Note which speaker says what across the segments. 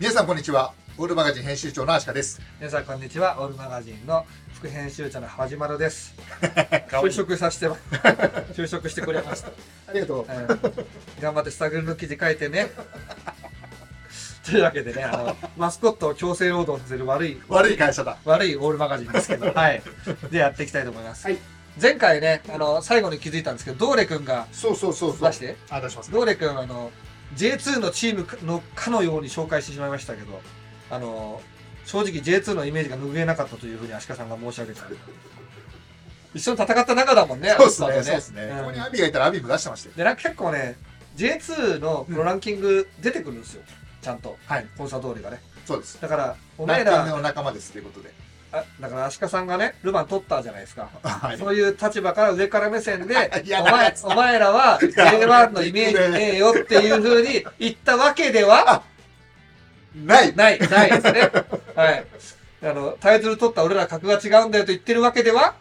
Speaker 1: 皆さんこんにちはオールマガジン編集長のアシカです
Speaker 2: 皆さんこんにちはオールマガジンの副編集長の浜島郎です 就職させてま 就職してくれました、
Speaker 1: ありがとう
Speaker 2: えー頑張ってスタグルの記事書いてね というわけでねあのマスコットを強制労働させる悪い
Speaker 1: 悪い会社だ
Speaker 2: 悪いオールマガジンで すけど、はい、でやっていきたいと思います、
Speaker 1: はい
Speaker 2: 前回ねあの最後に気づいたんですけどドーレ君が
Speaker 1: そうそうそうそう
Speaker 2: 出して
Speaker 1: あ出します
Speaker 2: ドーレ君はあの J2 のチームのかのように紹介してしまいましたけどあの正直 J2 のイメージが拭えなかったというふうに足利さんが申し上げてた一緒に戦った仲だもんね
Speaker 1: そうっすね
Speaker 2: あの人
Speaker 1: そう
Speaker 2: は
Speaker 1: っすね、
Speaker 2: うん
Speaker 1: ここにアビがいたらアビも出してましたよ
Speaker 2: でなんか結構ね J2 のこのランキング出てくるんですよ、ちゃんと
Speaker 1: はい
Speaker 2: コンサドーレがね
Speaker 1: そうです
Speaker 2: だからお
Speaker 1: ラ
Speaker 2: 前
Speaker 1: ンキング
Speaker 2: ら
Speaker 1: の仲間ですということで
Speaker 2: あだから足利さんがねルヴァン取ったじゃないですか
Speaker 1: はい
Speaker 2: そういう立場から上から目線で、
Speaker 1: いや
Speaker 2: お前お前らは J1 のイメージねえよっていうふうに言ったわけでは
Speaker 1: ない
Speaker 2: ない、ないですね。はい。あの、タイトル取った俺ら格が違うんだよと言ってるわけでは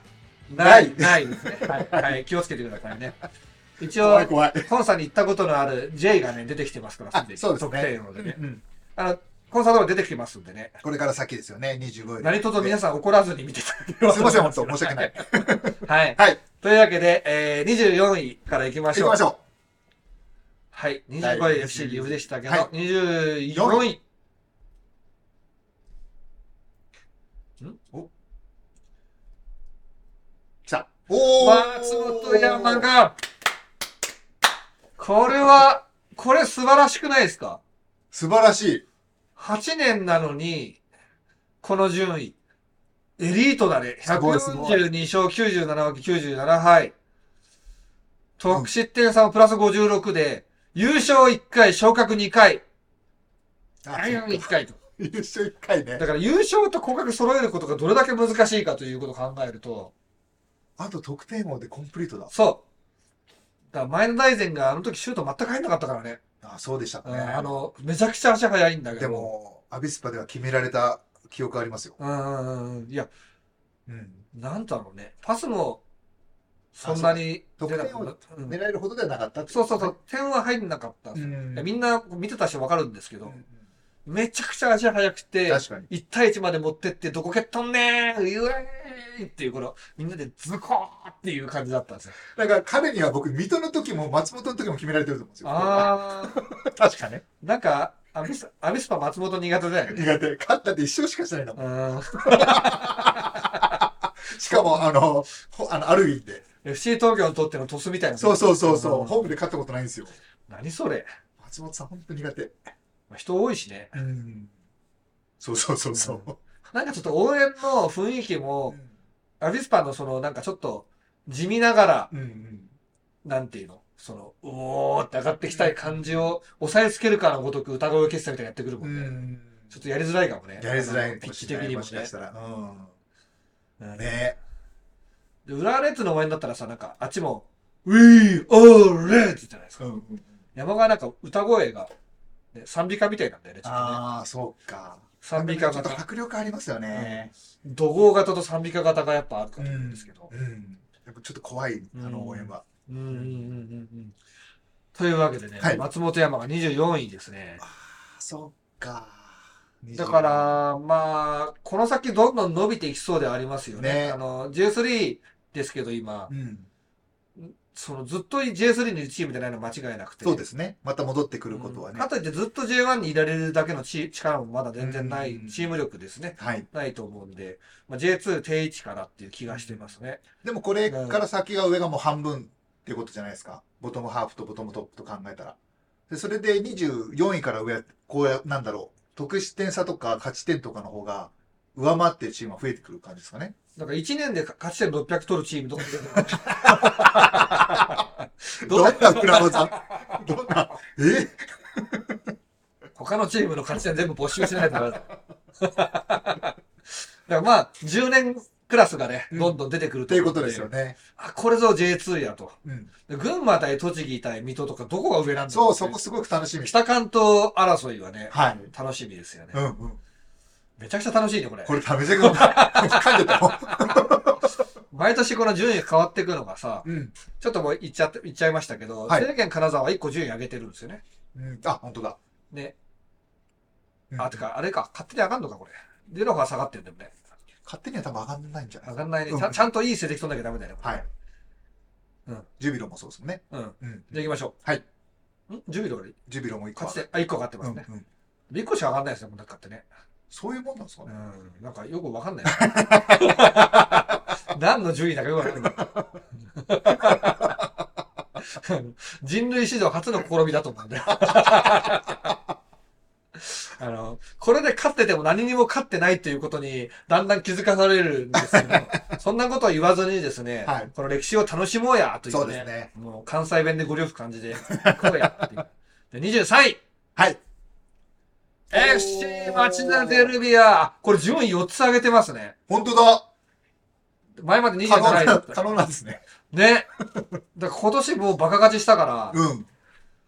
Speaker 2: ない、ないですね。はい。はい、気をつけてくださいね。一応
Speaker 1: 怖、い怖い
Speaker 2: コンサに行ったことのある J がね、出てきてますから、
Speaker 1: あそうですね
Speaker 2: 特定のでね。
Speaker 1: うん
Speaker 2: あの、コンサドーレ出てきてますんでね。
Speaker 1: これから先ですよね25位
Speaker 2: 何卒皆さん怒らずに見てただければ
Speaker 1: す
Speaker 2: と
Speaker 1: いま
Speaker 2: 思い
Speaker 1: せん
Speaker 2: ま
Speaker 1: 本当申
Speaker 2: す
Speaker 1: し訳ない
Speaker 2: はい。
Speaker 1: はい
Speaker 2: というわけで、えー、24位から行きま
Speaker 1: 行
Speaker 2: し
Speaker 1: き
Speaker 2: ょう
Speaker 1: ま。しょ
Speaker 2: はい。
Speaker 1: 第
Speaker 2: 25位 FC 岐阜でしたけど、
Speaker 1: はい
Speaker 2: 24位。んお
Speaker 1: う来たおー
Speaker 2: 松本山が、これは、これ素晴らしくないですか
Speaker 1: 素晴らしい
Speaker 2: ?8 年なのに、この順位。エリートだね。
Speaker 1: すごいすごい
Speaker 2: 142勝97分97敗。得失点差もプラス56で、優勝1回、昇格2回、
Speaker 1: あ
Speaker 2: 第4 1回と。
Speaker 1: 優勝1回ね
Speaker 2: だから優勝と降格揃えることがどれだけ難しいかということを考えると、
Speaker 1: あと得点王でコンプリートだ
Speaker 2: そう。だから前の大然があの時シュート全く入んなかったからね。
Speaker 1: あそうでした
Speaker 2: う
Speaker 1: ね
Speaker 2: んあの、めちゃくちゃ足速いんだけど。
Speaker 1: でもアビスパでは決められた記憶ありますよ、
Speaker 2: うんうんうん。いや、
Speaker 1: うん、
Speaker 2: なんだろうね。パスも、そんなに
Speaker 1: そう
Speaker 2: 出
Speaker 1: か
Speaker 2: なかった。うん
Speaker 1: 狙えるほどではなかったって
Speaker 2: そうそうそう。点は入んなかった。
Speaker 1: う
Speaker 2: い
Speaker 1: ん
Speaker 2: やみんな見てた人わかるんですけ
Speaker 1: う
Speaker 2: ど、
Speaker 1: ん
Speaker 2: めちゃくちゃ足速くて、
Speaker 1: 確かに
Speaker 2: 1対1まで持ってって、どこ蹴っとんねーうえーいっていう、この、みんなでズコーっていう感じだったんですよ。
Speaker 1: だから彼には僕水戸の時も松本の時も決められてると思うんですよ
Speaker 2: ああ。
Speaker 1: 確かね
Speaker 2: なんか、アビス、アビスパ松本苦手だよね。
Speaker 1: 苦手勝ったって一勝しかしてないんだもん
Speaker 2: うん。
Speaker 1: しかもあのほあのアルウィンで
Speaker 2: FC 東京にとってのトスみたいな。
Speaker 1: そうそうそうそう、
Speaker 2: うん
Speaker 1: ホームで勝ったことないんですよ
Speaker 2: 何それ。
Speaker 1: 松本さん本当苦手
Speaker 2: 人多いしね。
Speaker 1: うんそうそうそうそう、
Speaker 2: なんかちょっと応援の雰囲気も
Speaker 1: う、ん
Speaker 2: アビスパのその、なんかちょっと、地味ながら、
Speaker 1: うんうん、
Speaker 2: なんていうの、その、おーって上がってきたい感じを、押さえつけるかのごとく歌声決戦みたいなのやってくるも
Speaker 1: うん
Speaker 2: ね。
Speaker 1: ん、
Speaker 2: ちょっとやりづらいかもね。
Speaker 1: やりづら
Speaker 2: あ
Speaker 1: い
Speaker 2: のピッチ的にも
Speaker 1: しか
Speaker 2: ね
Speaker 1: し。たら、うん、
Speaker 2: うん
Speaker 1: ね
Speaker 2: で、浦和レッズの応援だったらさ、なんか、あっちも、We are Reds! じゃないですか。山川なんか歌声が、ね、賛美歌みたいなんだよね、ちょっとね。
Speaker 1: ああそうか
Speaker 2: 賛美歌
Speaker 1: ちょっと
Speaker 2: 型。
Speaker 1: 迫力ありますよね、
Speaker 2: 怒号型と賛美歌型がやっぱあるか
Speaker 1: う
Speaker 2: ら
Speaker 1: ん
Speaker 2: ですけど。
Speaker 1: うんやっぱちょっと怖いあ
Speaker 2: う
Speaker 1: の
Speaker 2: ん
Speaker 1: 応援は、
Speaker 2: うんうんうんうんうん。というわけでね、
Speaker 1: はい
Speaker 2: 松本山が24位ですね。
Speaker 1: あそっか
Speaker 2: だから、まあ、この先どんどん伸びていきそうではありますよね。
Speaker 1: ね
Speaker 2: あの、J3 ですけど今、
Speaker 1: うん、
Speaker 2: そのずっと J3 にいるチームじゃないの間違いなくて。
Speaker 1: そうですねまた戻ってくることは
Speaker 2: うん
Speaker 1: ね、
Speaker 2: かといってずっと J1 にいられるだけのち力もまだ全然ない
Speaker 1: うん
Speaker 2: チーム力ですね。
Speaker 1: はい
Speaker 2: ないと思うんで、まあ、J2 定位置からっていう気がしてますね。
Speaker 1: でもこれから先が上がもう半分っていうことじゃないですかボトムハーフとボトムトップと考えたらでそれで24位から上はこうやなんだろう得失点差とか勝ち点とかの方が上回ってるチームは増えてくる感じですか ね
Speaker 2: なんか1年で勝ち点600取るチームとか 出てくる
Speaker 1: どん
Speaker 2: ど
Speaker 1: な
Speaker 2: う
Speaker 1: クラブさん どんなえ
Speaker 2: 他のチームの勝ち点全部没収しないとダ メだ。だからまあ、10年クラスがね、
Speaker 1: うん
Speaker 2: どんどん出てくる
Speaker 1: っていうことですよ
Speaker 2: ね。
Speaker 1: ね、
Speaker 2: あ、これぞ J2 やと。
Speaker 1: うん、
Speaker 2: で群馬対栃木対水戸とかどこが上なんだろってい
Speaker 1: そうそこすごく楽しみ
Speaker 2: 北関東争いはね、
Speaker 1: はい
Speaker 2: 楽しみですよね。
Speaker 1: うんうん
Speaker 2: めちゃくちゃ楽しいね、これ。
Speaker 1: これ食べてくの噛んでたよ
Speaker 2: 毎年この順位が変わっていくのがさ、
Speaker 1: うん、
Speaker 2: ちょっともう言っちゃって、言っちゃいましたけど、
Speaker 1: はい
Speaker 2: 制限金沢は1個順位上げてるんですよね。
Speaker 1: うん、あ本当だ
Speaker 2: ね。あ、てか、あれか、勝手に上がんのか、これ。デロファ下がってるんだよね。
Speaker 1: 勝手には多分上がんないんじゃない
Speaker 2: 上
Speaker 1: です
Speaker 2: がんないね。
Speaker 1: うん
Speaker 2: ちゃんちゃんといい成績取んなきゃダメだよね。
Speaker 1: か。はい。
Speaker 2: うん。
Speaker 1: ジュビロもそうですもんね。
Speaker 2: うん。
Speaker 1: うん。
Speaker 2: じゃあ行きましょう。
Speaker 1: はい。
Speaker 2: ん ?10 秒で
Speaker 1: ジュビロも一個
Speaker 2: 勝
Speaker 1: 上
Speaker 2: ち
Speaker 1: がる
Speaker 2: 点、あ、1個上がってますね。
Speaker 1: うんうん
Speaker 2: 1個しか上がんないですね、もうだってね。
Speaker 1: そういうもんなんですか
Speaker 2: う
Speaker 1: ね。
Speaker 2: ん。なんかよくわか んない。何の順位だかよくわかんない。人類史上初の試みだと思うんだよ。 あの、これで勝ってても何にも勝ってないっていうことに、だんだん気づかされるんですけ ど、そんなことを言わずにですね、
Speaker 1: はい
Speaker 2: この歴史を楽しもうや、というね。
Speaker 1: そうですね。
Speaker 2: もう関西弁でご両夫感じで、こうやっていう。で、23位
Speaker 1: はい。
Speaker 2: !FC 町田ゼルビアこれ順位4つ上げてますね。
Speaker 1: 本当だ
Speaker 2: 前まで27
Speaker 1: 可能
Speaker 2: 位だ
Speaker 1: な、
Speaker 2: った
Speaker 1: 可。能なんですね。
Speaker 2: ね。だから今年もうバカ勝ちしたから、
Speaker 1: うん。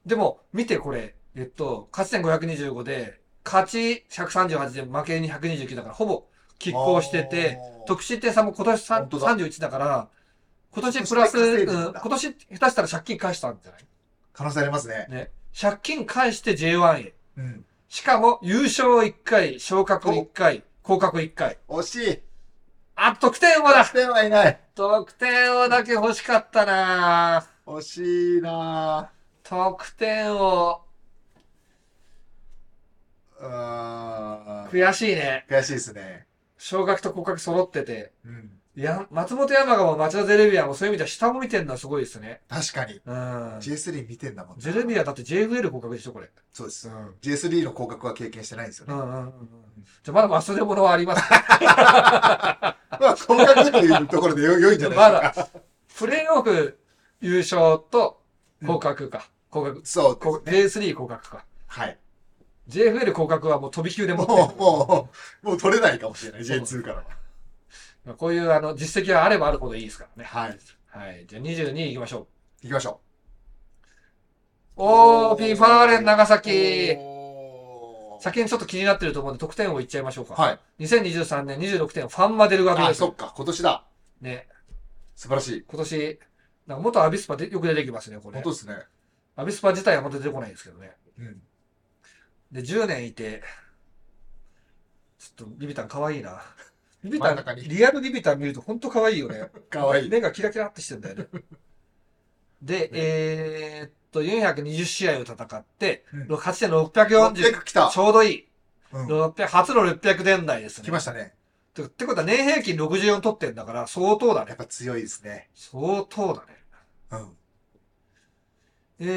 Speaker 2: でも見てこれ、えっと、勝ち点525で、勝ち138で負け229だから、ほぼ拮抗してて、
Speaker 1: あー、
Speaker 2: 得失点差も今年さん
Speaker 1: 本当だ
Speaker 2: 31だから、今年プラス、
Speaker 1: 今年で稼い
Speaker 2: うん、
Speaker 1: でんだ
Speaker 2: 今年下手したら借金返したんじゃない
Speaker 1: 可能性ありますね。
Speaker 2: ね。借金返して J1 へ。
Speaker 1: うん。
Speaker 2: しかも、優勝1回、昇格1回、降格1回。
Speaker 1: 惜しい。
Speaker 2: あ、得点王だ
Speaker 1: 得点はいない。
Speaker 2: 得点王だけ欲しかったなぁ
Speaker 1: 惜しいな
Speaker 2: 得点王、
Speaker 1: ぁ。うーん。
Speaker 2: 悔しいね。
Speaker 1: 悔しいですね。
Speaker 2: 昇格と降格揃ってて。
Speaker 1: うん。
Speaker 2: いや、松本山雅も町田ゼルビアもそういう意味では下も見てるのはすごいですね。
Speaker 1: 確かに。
Speaker 2: うん。
Speaker 1: J3 見てんだもん
Speaker 2: ゼルビアだって JFL 降格でしょ、これ。
Speaker 1: そうです。
Speaker 2: ん。
Speaker 1: J3 の降格は経験してないんですよ
Speaker 2: う
Speaker 1: ね。
Speaker 2: んうんうんうん。じゃあまだ忘れ物はあります。
Speaker 1: まあ、降格というところでよ良いんじゃない
Speaker 2: ま
Speaker 1: ですか。
Speaker 2: だ、プレイオフ優勝と降格か。降格。
Speaker 1: そう
Speaker 2: こ
Speaker 1: ですね。
Speaker 2: J3 降格か。
Speaker 1: はい。
Speaker 2: JFL 降格はもう飛び級で持ってる
Speaker 1: も う、もう、もう取れないかもしれない。J2 からは。
Speaker 2: まあこういうあの実績があればあるほどいいですからね。
Speaker 1: はい。
Speaker 2: はい。じゃあ22位行きましょう。
Speaker 1: 行きましょう。
Speaker 2: おー、ピファーレン長崎。
Speaker 1: おー
Speaker 2: 先にちょっと気になってると思うんで得点を言っちゃいましょうか。
Speaker 1: はい。
Speaker 2: 2023年26点、ファンマデルガビ
Speaker 1: あ、
Speaker 2: です
Speaker 1: そっか。今年だ。
Speaker 2: ね。
Speaker 1: 素晴らしい。
Speaker 2: 今年、なんか元アビスパでよく出てきますね、これ
Speaker 1: 本当。ですね。
Speaker 2: アビスパ自体はまだ出てこないですけどね。
Speaker 1: うん。
Speaker 2: で、10年いて、ちょっとビビタン可愛いな。ビビ
Speaker 1: 真
Speaker 2: タ
Speaker 1: ん中
Speaker 2: ン、
Speaker 1: に
Speaker 2: リアルビビタン見ると本当可愛いよね。
Speaker 1: かわいい。
Speaker 2: 目がキラキラってしてんだよね。 で、えーっと、420試合を戦って、
Speaker 1: うん
Speaker 2: 勝ち点
Speaker 1: よ
Speaker 2: 640。
Speaker 1: く来た
Speaker 2: ち。ょうどいい。
Speaker 1: うん。
Speaker 2: 600初の600年代ですね。
Speaker 1: 来ましたね。
Speaker 2: てってことは年平均64取ってんだから、相当だ
Speaker 1: や
Speaker 2: ね
Speaker 1: っ。ぱ強いですね。
Speaker 2: 相当だね。
Speaker 1: うん。
Speaker 2: え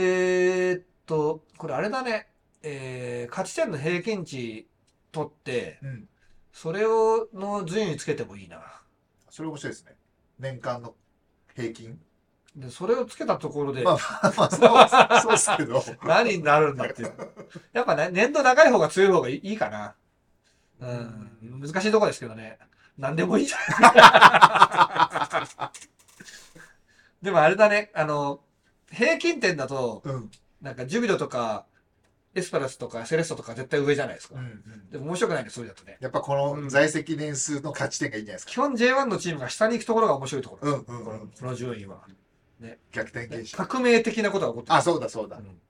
Speaker 2: ーっと、これあれだね。えー、勝ち点の平均値取って、
Speaker 1: うん。
Speaker 2: それを、の順位つけてもいいな。
Speaker 1: それ面白いですね。年間の平均。
Speaker 2: で、それをつけたところで
Speaker 1: ま、あまあまあ、そうそうですけど。
Speaker 2: 何になるんだっていう。やっぱね、年度長い方が強い方がいいいいかな。うん、難しいとこですけどね。何でもいいじゃん。 でもあれだね、あの、平均点だと、
Speaker 1: うん。
Speaker 2: なんかジュビロとか、エスパラスとかセレストとか絶対上じゃないですか。
Speaker 1: うんうん。
Speaker 2: でも面白くないね、それだとね。
Speaker 1: やっぱこの在籍年数の勝ち点がいいんじゃないですか。
Speaker 2: 基本 J1 のチームが下に行くところが面白いところ。
Speaker 1: うんうん
Speaker 2: こ
Speaker 1: う
Speaker 2: の
Speaker 1: ん。
Speaker 2: この順位は。
Speaker 1: 逆転現象。
Speaker 2: 革命的なことが起こって
Speaker 1: あ、そうだそうだ。
Speaker 2: うん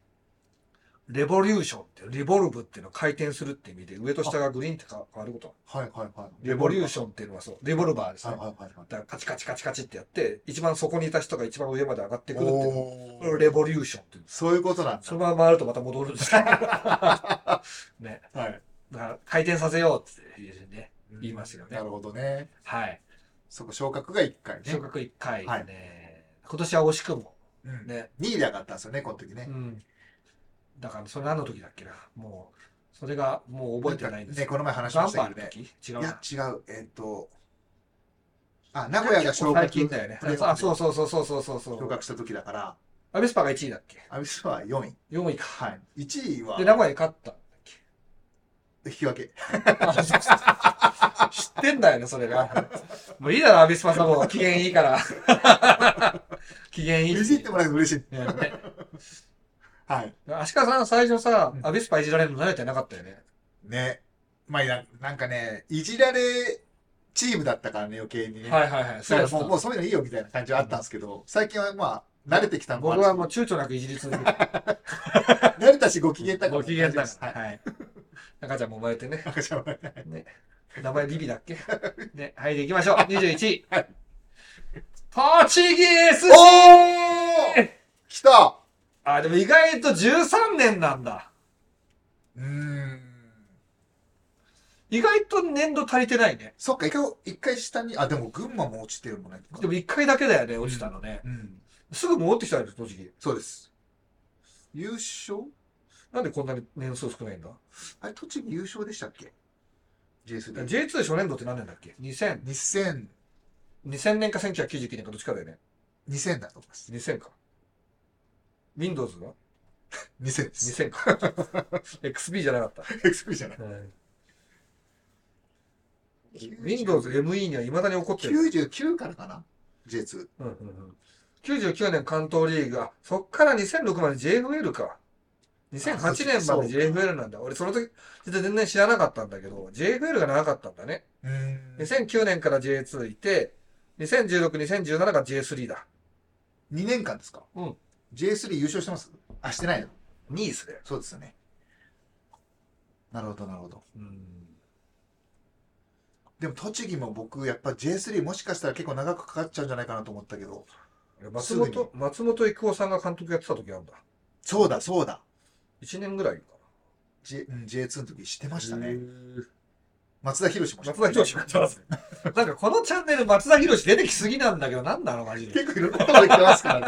Speaker 2: レボリューションって、リボルブっていうのを回転するって意味で、上と下がグリーンって変わること。
Speaker 1: はいはいはい。
Speaker 2: レボリュー
Speaker 1: シ
Speaker 2: ションっていうのはそう、レボルバーですね。
Speaker 1: はいはいはいはい。
Speaker 2: だからカチカチカチカチってやって、一番底にいた人が一番上まで上がってくるっていうのを
Speaker 1: お
Speaker 2: これを
Speaker 1: ー
Speaker 2: レボリューションっていうんです。
Speaker 1: そういうことなん
Speaker 2: そのまま回るとまた戻る んですけどね。
Speaker 1: だ。はい。
Speaker 2: だから回転させようっていうふうにね、
Speaker 1: うん
Speaker 2: 言いますよね
Speaker 1: なるほどね。
Speaker 2: はい。
Speaker 1: そこ昇格が1回ね
Speaker 2: 昇。格1回ね、
Speaker 1: はい
Speaker 2: 今年は惜しくも。
Speaker 1: うん
Speaker 2: ね。
Speaker 1: 2位で上がったんですよね、この時
Speaker 2: う
Speaker 1: ね。
Speaker 2: ん。だから、それ何の時だっけな。もう、それがもう覚えてないんです
Speaker 1: ね、
Speaker 2: けど。
Speaker 1: この前話し
Speaker 2: ガ
Speaker 1: ま
Speaker 2: ン
Speaker 1: し
Speaker 2: バ
Speaker 1: た
Speaker 2: ー
Speaker 1: けど
Speaker 2: の
Speaker 1: ね。
Speaker 2: 時違う
Speaker 1: い
Speaker 2: な
Speaker 1: や、違う。えっと、あ、名古屋が昇格。
Speaker 2: 最近だよね。
Speaker 1: プレーオフで
Speaker 2: あ、そうそうそうそうそうそうそ
Speaker 1: 昇
Speaker 2: う。
Speaker 1: 格した時だから、
Speaker 2: アベスパが1位だっけ
Speaker 1: アビスは4位。
Speaker 2: ?4 位か。
Speaker 1: はい。1位は
Speaker 2: で、名古屋に勝ったんだっけ
Speaker 1: 引き分け。
Speaker 2: あそうそうそう 知ってんだよね、それが。もういいだろ、アビスパさんも。機嫌いいから。 機嫌いい。
Speaker 1: 嬉しいってもらえると嬉しい。
Speaker 2: ねね
Speaker 1: はい。
Speaker 2: 足利さん、最初さ
Speaker 1: う、ん
Speaker 2: アビスパいじられるの慣れてなかったよね。
Speaker 1: ね。まあ、いやなんかね、いじられチームだったからね、余計にね。
Speaker 2: はいはいはい。
Speaker 1: だ
Speaker 2: そ
Speaker 1: か
Speaker 2: うで
Speaker 1: ら
Speaker 2: す
Speaker 1: もうもうそういうのいいよみたいな感じはあったんですけど、最近はまあ、慣れてきたのもあ
Speaker 2: 僕
Speaker 1: るし
Speaker 2: はもう躊躇なくいじり続けて。
Speaker 1: 慣れたしご機嫌だから。
Speaker 2: ご機嫌だか
Speaker 1: は
Speaker 2: ら。
Speaker 1: い。
Speaker 2: はい。中ちゃんも生まれてね。
Speaker 1: 赤ちゃんはね
Speaker 2: 名前ビビだっけ ね。はい、で行きましょう。21位。
Speaker 1: はい
Speaker 2: ポチギス
Speaker 1: おー来た
Speaker 2: あ、でも意外と13年なんだ。
Speaker 1: うーん。
Speaker 2: 意外と年度足りてないね。
Speaker 1: そっか、一回、一回下に、あ、でも群馬も落ちてるもんね。
Speaker 2: でも1回だけだよね、落ちたのね。
Speaker 1: うん。
Speaker 2: すぐ戻ってきたんです、栃木。
Speaker 1: そうです。優勝
Speaker 2: なんでこんなに年数少ないんだ
Speaker 1: あれ、栃木優勝でしたっけ ?JS で。
Speaker 2: ?J2 初年度って何年だっけ ?2000。
Speaker 1: 2000、
Speaker 2: 2000年か1999年かどっちかだよね。
Speaker 1: 2000だと思います。
Speaker 2: 2000か。Windows は
Speaker 1: 2000です。
Speaker 2: ?2000 か。XP じゃなかった。
Speaker 1: XP じゃない。
Speaker 2: Windows ME には未だに起こってる。
Speaker 1: 99からかな ?J2。
Speaker 2: うんうんうん99年関東リーグ、あそっから2006まで JFL か。
Speaker 1: あそ
Speaker 2: 2008
Speaker 1: っか
Speaker 2: 年まで JFL なんだ。俺その時、全然知らなかったんだけど、JFL が長かったんだね。
Speaker 1: うーん。2
Speaker 2: 2009年から J2 いて、2016、2017が J3 だ。
Speaker 1: 年間ですか
Speaker 2: うん。
Speaker 1: J3 優勝してますあ、してないの
Speaker 2: ニースで。
Speaker 1: そうですよね。なるほど、なるほど。でも栃木も僕、やっぱ J3 もしかしたら結構長くかかっちゃうんじゃないかなと思ったけど。
Speaker 2: 松
Speaker 1: すぐに
Speaker 2: 本、松本育夫さんが監督やってた時あるんだ。
Speaker 1: そうだ、そうだ。
Speaker 2: 1年ぐらいか
Speaker 1: J うん J2 の時してま
Speaker 2: な。
Speaker 1: した
Speaker 2: へ
Speaker 1: ね。
Speaker 2: ー
Speaker 1: 松田博士もして
Speaker 2: 松田博士もやってます。なんかこのチャンネル松田博士出てきすぎなんだけど、なんなのマジ で。
Speaker 1: 結構いろんなところ行ってます から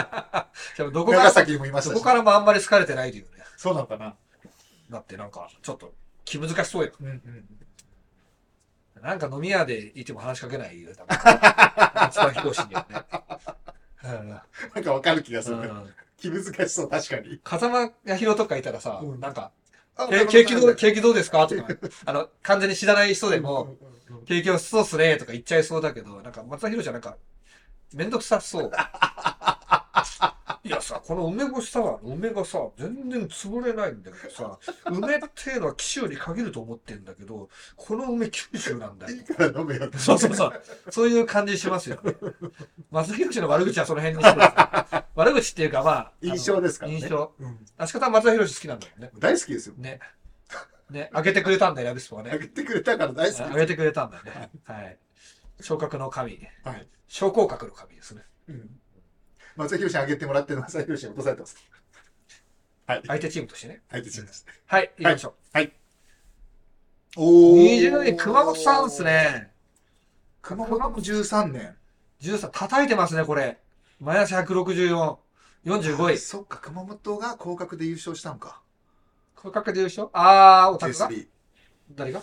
Speaker 1: ね。
Speaker 2: でもどこか
Speaker 1: 長
Speaker 2: ら、
Speaker 1: 崎にもいまし
Speaker 2: ど
Speaker 1: たし
Speaker 2: こ。からもあんまり好かれてないというね。
Speaker 1: そうなのかな。
Speaker 2: だってなんか、ちょっと気難しそうや
Speaker 1: うんうん。
Speaker 2: ん。なんか飲み屋でいても話しかけないよ。多分松田博士にはね。う
Speaker 1: なんかわかる気がする
Speaker 2: ん
Speaker 1: ね。
Speaker 2: うん
Speaker 1: 気難しそう、確かに。
Speaker 2: 風間彌弘とかいたらさ、
Speaker 1: うん
Speaker 2: なんか、
Speaker 1: あ
Speaker 2: え景気どう、景気どうですかとか、あの、完全に知らない人でも、、
Speaker 1: うんうんうん
Speaker 2: 景気をそうっすねとか言っちゃいそうだけど、なんか松田博士はなんか、めんどくさそう。いやさ、この梅干しさ、梅がさ、全然潰れないんだけどさ、梅っていうのは紀州に限ると思ってんだけど、この梅九州なんだよ
Speaker 1: いい。から飲めよって。
Speaker 2: そうそうそう。そういう感じしますよね。松田博士の悪口はその辺にしてください悪口っていうかまあ、あの
Speaker 1: 印象ですからね。
Speaker 2: 印象。
Speaker 1: うん
Speaker 2: あしかたは松田博士好きなんだよね。
Speaker 1: 大好きですよ。
Speaker 2: ね。ね、あげてくれたんだよ、ラビスポは
Speaker 1: あ
Speaker 2: ね。
Speaker 1: げてくれたから大好き
Speaker 2: あげてくれたんだよね。はい。昇格の神。
Speaker 1: はい。
Speaker 2: 昇降格の神ですね。
Speaker 1: うん松田博士にあげてもらって、松田博士に落とされてます。はい。
Speaker 2: 相手チームとしてね。
Speaker 1: はい、出ちゃいました。
Speaker 2: はい、行きましょう。
Speaker 1: お
Speaker 2: 20位、熊本さんです。ね。
Speaker 1: 熊本も13年。
Speaker 2: 13、叩いてますね、これ。マイナス164。45位。
Speaker 1: そっか、熊本が降格で優勝したのか。
Speaker 2: 降格で優勝あー、オタクが
Speaker 1: J3。
Speaker 2: 誰が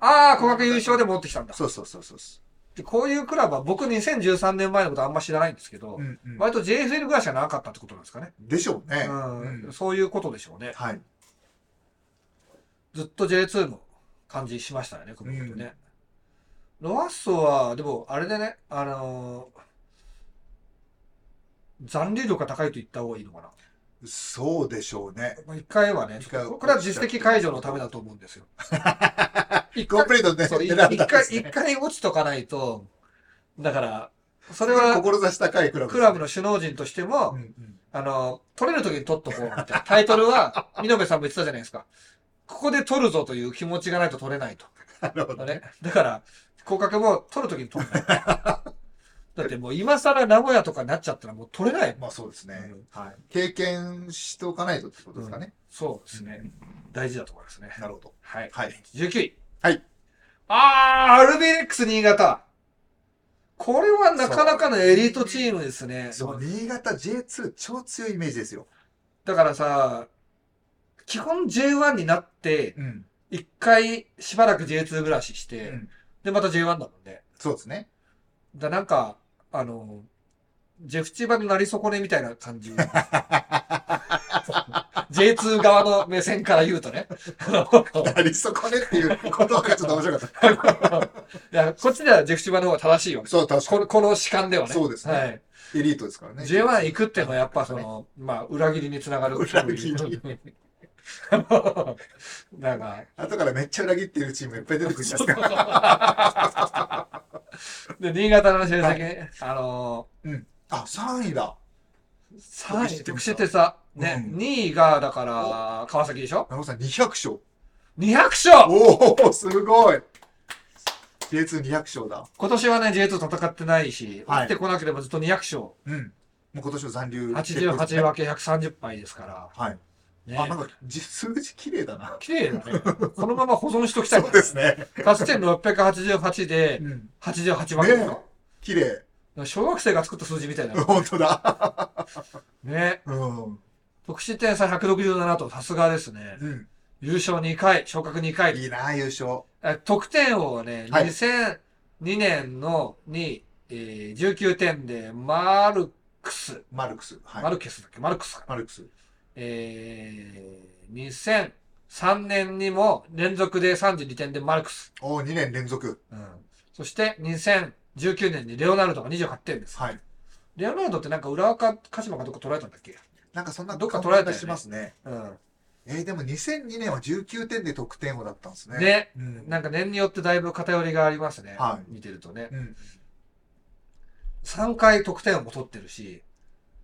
Speaker 2: あー、降格優勝で戻ってきたんだ。
Speaker 1: そうそうそうそうそ
Speaker 2: で、こういうクラブは僕2013年前のことあんま知らないんですけ
Speaker 1: う。
Speaker 2: ど
Speaker 1: う、んうん
Speaker 2: 割と JFL ぐらいしかなかったってことなんですかね。
Speaker 1: でしょうね。
Speaker 2: う、
Speaker 1: うんん
Speaker 2: そういうことでしょうね。
Speaker 1: はい。
Speaker 2: ずっと J2 の感じしましたよね、熊本ね。ロアッソは、でも、あれでね、あのー残留力が高いと言った方がいいのかな。
Speaker 1: そうでしょうね。
Speaker 2: まあ、一回はね、
Speaker 1: 一回は
Speaker 2: これは実績解除のためだと思う んですよ。一
Speaker 1: コン
Speaker 2: 回、
Speaker 1: プリートね、
Speaker 2: そう一
Speaker 1: 選んだん
Speaker 2: 一
Speaker 1: で
Speaker 2: 回、
Speaker 1: すね
Speaker 2: 一回落ちとかないと、だから、そ
Speaker 1: そ
Speaker 2: れは、
Speaker 1: 志高いクラブです
Speaker 2: ク
Speaker 1: ね。
Speaker 2: ラブの首脳陣として
Speaker 1: う
Speaker 2: も、
Speaker 1: んうん
Speaker 2: あの、取れる時に取っとこうみたいな。 タイトルは、美濃部さんも言ってたじゃないですか。ここで取るぞという気持ちがないと取れないと。
Speaker 1: なるほど
Speaker 2: だ
Speaker 1: ね。
Speaker 2: ね。だから、広角も取るときに取る。 だってもう今更名古屋とかになっちゃったらもう取れない。
Speaker 1: まあそうですね
Speaker 2: うん。
Speaker 1: はい。経験しておかないとってことですかね。
Speaker 2: そうですね。大事だと思いますね。
Speaker 1: なるほど。
Speaker 2: はい。
Speaker 1: はい。
Speaker 2: 19位。
Speaker 1: はい。
Speaker 2: あー、RBX 新潟。これはなかなかのエリートチームですね。
Speaker 1: そう、新潟 J2 超強いイメージですよ。
Speaker 2: だからさ、基本 J1 になって、
Speaker 1: うん。
Speaker 2: 一回しばらく J2 暮らしし
Speaker 1: う
Speaker 2: て、
Speaker 1: ん
Speaker 2: で、また J1 だもんね。
Speaker 1: そうですね。
Speaker 2: だなんか、あの、ジェフチバのなり損ねみたいな感じ。J2 側の目線から言うとね。
Speaker 1: ありそこねっていう言葉がちょっと面白かった。
Speaker 2: いやこっちではジェフチバの方が正しいよね。
Speaker 1: そう、確か
Speaker 2: このこの主観ではね。
Speaker 1: そうですね
Speaker 2: はい。
Speaker 1: に。エリートですからね。
Speaker 2: J1 行くってのはやっぱその、まあ、裏切りにつながる。
Speaker 1: 裏切り。
Speaker 2: あの、 なんか、
Speaker 1: 後からめっちゃ裏切ってるチームいっぱい出てくるじゃないですか。
Speaker 2: で、新潟の成績、あの
Speaker 1: あ、3位だ。
Speaker 2: ー、3位、徳してさ、ね、
Speaker 1: うん
Speaker 2: 2位が、だから、川崎でしょ
Speaker 1: 長尾さん200勝。
Speaker 2: 200勝
Speaker 1: おおすごい J2200 勝だ。
Speaker 2: 今年はね、J2 戦ってないし、
Speaker 1: はい
Speaker 2: 打ってこなければずっと200勝。
Speaker 1: うん。もう今年は残留決定ですね
Speaker 2: 88分け130敗ですか
Speaker 1: はい。
Speaker 2: ら。
Speaker 1: あ、な
Speaker 2: ね。
Speaker 1: んか、じ数字綺麗だな。
Speaker 2: 綺麗だ ね。このまま保存しときたい。
Speaker 1: すね。
Speaker 2: 勝ち点688で
Speaker 1: うん。
Speaker 2: 88分けだよ
Speaker 1: ね綺麗。
Speaker 2: 小学生が作った数字みたいな。
Speaker 1: 本当だ。
Speaker 2: ね。
Speaker 1: うん。
Speaker 2: 得失点差167とさすがですね。
Speaker 1: うん。
Speaker 2: 優勝2回、昇格2回。
Speaker 1: いいな、優勝。
Speaker 2: え得点王はね、
Speaker 1: はい
Speaker 2: 2002年のに、えー19点でマルクス、
Speaker 1: マルクス。はい。
Speaker 2: マルケスだっけマルクスか。
Speaker 1: マルクス。
Speaker 2: えー、2003年にも連続で32点でマルクス。
Speaker 1: おお、2年連続。
Speaker 2: うん、そして2019年にレオナルドが28点です。
Speaker 1: はい。
Speaker 2: レオナルドってなんか浦和か鹿島かどっか取られたんだっけ
Speaker 1: なんかそんな
Speaker 2: どっか取られたよ
Speaker 1: 感じ
Speaker 2: ね
Speaker 1: がしますね。
Speaker 2: うん。
Speaker 1: えー、でも2002年は19点で得点王だったんですね。。
Speaker 2: ね。
Speaker 1: うん。
Speaker 2: なんか年によってだいぶ偏りがありますね。
Speaker 1: は
Speaker 2: 見てるとね。
Speaker 1: うん。
Speaker 2: 3回得点をも取ってるし、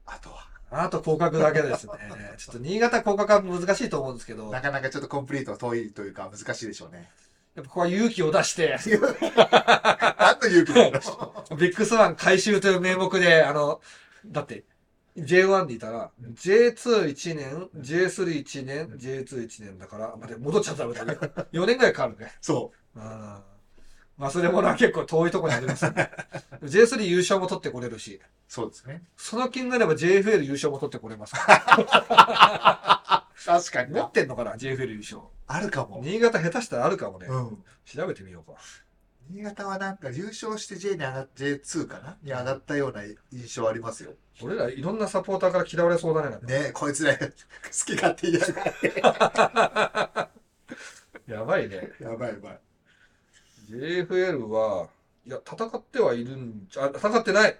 Speaker 1: あとは、
Speaker 2: あと降格だけですね。 ちょっと新潟降格は難しいと思うんですけど、や
Speaker 1: な
Speaker 2: っ
Speaker 1: かなかちょっとコンプリートは遠いというか難しいでしょうね。
Speaker 2: ぱここは勇気を出して、
Speaker 1: 何の勇気なんだろ
Speaker 2: ビッグスワン回収という名目で、あの、だって、J1 でいたら、
Speaker 1: うん
Speaker 2: J21 年、
Speaker 1: ん
Speaker 2: J31 年、
Speaker 1: うん
Speaker 2: J21 年だから、まあでも戻っちゃったらダメだね。4年ぐらいかかるね。
Speaker 1: う。そ
Speaker 2: うん忘れ物は結構遠いところにありますね。J3 優勝も取ってこれるし、
Speaker 1: う。そうですね。
Speaker 2: その気になれば JFL 優勝も取ってこれますから。
Speaker 1: 確かに
Speaker 2: 持ってんのかな ?JFL 優勝。
Speaker 1: あるかも。
Speaker 2: 新潟下手したらあるかもね。
Speaker 1: うん。
Speaker 2: 調べてみようか。新
Speaker 1: 新潟はなんか優勝して J に上がっ J2 かなに上がったような印象ありますよ。
Speaker 2: 俺らいろんなサポーターから嫌われそうだね。なんか
Speaker 1: ねえ、こいつら好き勝手言いやがって。
Speaker 2: やばいね。
Speaker 1: やばいやばい。
Speaker 2: JFL は、いや、戦ってはいるんじゃ、あ戦ってない。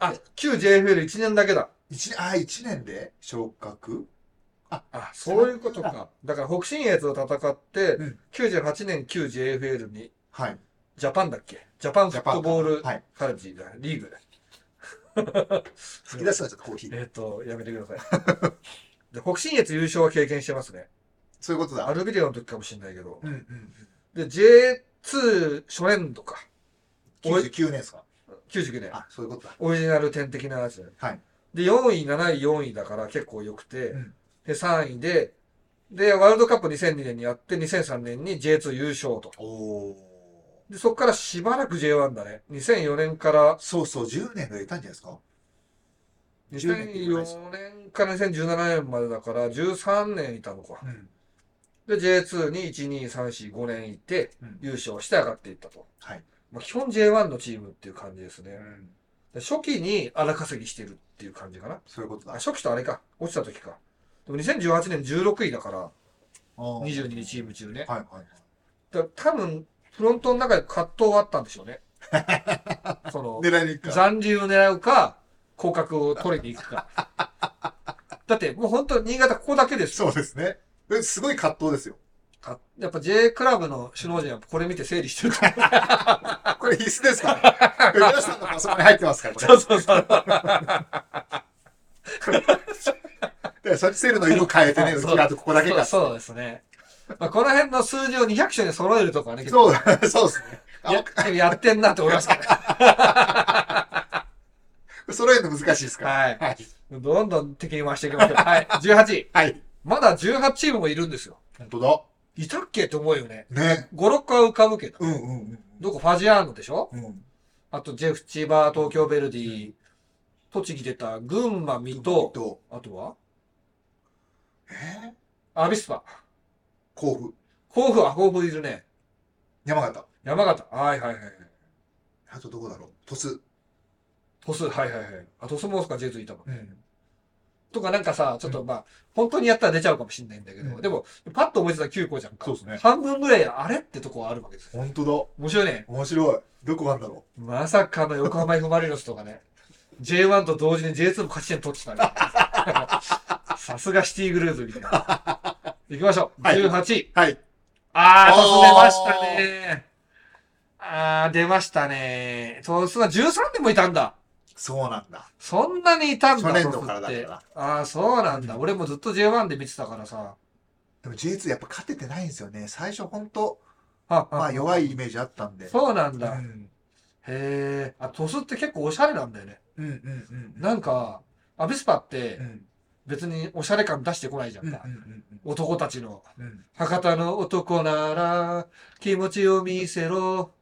Speaker 2: あ、旧 JFL1 年だけだ。
Speaker 1: 一年、あ、一年で昇格
Speaker 2: あ、そういうことか。だから北信越と戦って、
Speaker 1: うん
Speaker 2: 98年旧 JFL に、
Speaker 1: はい。
Speaker 2: ジャパンだっけジャパンフ
Speaker 1: ジャ
Speaker 2: ッ
Speaker 1: パン
Speaker 2: トボール
Speaker 1: はい。
Speaker 2: カルチだ、リーグ。
Speaker 1: 吹き出すのはちょっとコーヒー。
Speaker 2: えっと、やめてください。で北信越優勝は経験してますね。
Speaker 1: そういうこと
Speaker 2: ア
Speaker 1: だ。
Speaker 2: ルビレオの時かもしれないけど。
Speaker 1: うんうん。
Speaker 2: で、J2 初年度か。おい
Speaker 1: 99年ですか
Speaker 2: 99年。
Speaker 1: あ、そういうことだ。
Speaker 2: オリジナル点的なやつ。
Speaker 1: はい。
Speaker 2: で、4位、7位、4位だから結構良くて、
Speaker 1: うん
Speaker 2: で、3位で、で、ワールドカップ2002年にやって、2003年に J2 優勝と。
Speaker 1: おお。
Speaker 2: で、そっからしばらく J1 だね。2004年から、
Speaker 1: そうそう、10年ぐらいいたんじゃないですか10年って言わないです
Speaker 2: 2004年から2017年までだから、13年いたのか。
Speaker 1: うん。
Speaker 2: で、J2 に1、2、3、4、5年いて、
Speaker 1: うん
Speaker 2: 優勝して上がっていったと。
Speaker 1: はい。
Speaker 2: まあ、基本 J1 のチームっていう感じです
Speaker 1: う
Speaker 2: ね。
Speaker 1: ん。
Speaker 2: で初期に荒稼ぎしてるっていう感じかな。
Speaker 1: そういうこと
Speaker 2: あ
Speaker 1: だ。
Speaker 2: 初期とあれか、落ちた時か。でも2018年16位だから、22チー
Speaker 1: ム。
Speaker 2: ム中ね。
Speaker 1: はいはいはい。
Speaker 2: だから多分、フロントの中で葛藤はあったんでしょ うね。その、
Speaker 1: 狙いに行くから。
Speaker 2: 残留を狙うか、降格を取りに行くか。だって、もう本当に新潟ここだけですよ。
Speaker 1: そうですね。えすごい葛藤ですよ。
Speaker 2: かやっぱ J クラブの首脳陣はこれ見て整理してるから。
Speaker 1: これ必須ですから、ね。 皆さんのパソコンに入ってますから、こ
Speaker 2: そうそうそう。
Speaker 1: れ。で、それセルの色変えてね、うち
Speaker 2: そう
Speaker 1: があとここだけか。
Speaker 2: そうそうですね。まあ、この辺の数字を200種に揃えるとかね、結
Speaker 1: そ
Speaker 2: 構
Speaker 1: う、 そうですね。
Speaker 2: ややってんなって思いますけど。
Speaker 1: あ揃えるの難しいですから。
Speaker 2: はい。
Speaker 1: はい。
Speaker 2: どんどん敵に回していきましょう。はい。18位。
Speaker 1: はい。
Speaker 2: まだ18チームもいるんですよ。
Speaker 1: 本当
Speaker 2: いたっけって思うよね。
Speaker 1: だ。ね。
Speaker 2: 5、6個は浮かぶけど。
Speaker 1: うんうん
Speaker 2: どこファジアーノでしょ
Speaker 1: うん。うん。
Speaker 2: あとジェフ、千葉、東京ベルディ、栃木出た、群馬、水戸、
Speaker 1: と、
Speaker 2: あとは
Speaker 1: えー、
Speaker 2: アビスパ。
Speaker 1: 甲府、
Speaker 2: 甲府、あ、甲府いるね。
Speaker 1: 山形。
Speaker 2: 山形。はいはいはい。
Speaker 1: あとどこだろう鳥栖。
Speaker 2: トス、はいはいはい。あ、トスモースか J2 いたもん。
Speaker 1: うん。
Speaker 2: とかなんかさ、ちょっとまあ、本当にやったら出ちゃうかもしれないんだけど、
Speaker 1: うん
Speaker 2: でも、パッと思いついたら9個じゃんか。
Speaker 1: そうですね
Speaker 2: 半分ぐらい、あれってとこはあるわけですよ。
Speaker 1: 本当だ。
Speaker 2: 面白いね。
Speaker 1: 面白い。どこがあるんだろ
Speaker 2: まさかの横浜 F ・マリノスとかね。J1 と同時に J2 も勝ち点取ってたね。 さすがシティグルーズみたいな。行きましょう。
Speaker 1: はい
Speaker 2: 18位。
Speaker 1: う。はい。
Speaker 2: あー、
Speaker 1: おー
Speaker 2: トス出ましたね。あー、出ましたね。トスは13年もいたんだ。
Speaker 1: そうなんだ。
Speaker 2: そんなにいたんだ、
Speaker 1: 初年度からだ
Speaker 2: トスっ
Speaker 1: か
Speaker 2: て
Speaker 1: ら。
Speaker 2: あー、そうなんだ。俺もずっと J1 で見てたからさ。
Speaker 1: でも J2 やっぱ勝ててないんですよね。最初本当
Speaker 2: あ
Speaker 1: まあ弱いイメージあったんで。
Speaker 2: そうなん
Speaker 1: う
Speaker 2: だ。へ
Speaker 1: ん
Speaker 2: え。あ、鳥栖って結構おしゃれなんだよね。
Speaker 1: うんうんうん。
Speaker 2: なんか、アビスパって
Speaker 1: うんうん
Speaker 2: 別におしゃれ感出してこないじゃ
Speaker 1: うんん
Speaker 2: か。男たちの。
Speaker 1: うんうん。
Speaker 2: 博多の男なら気持ちを見せろ。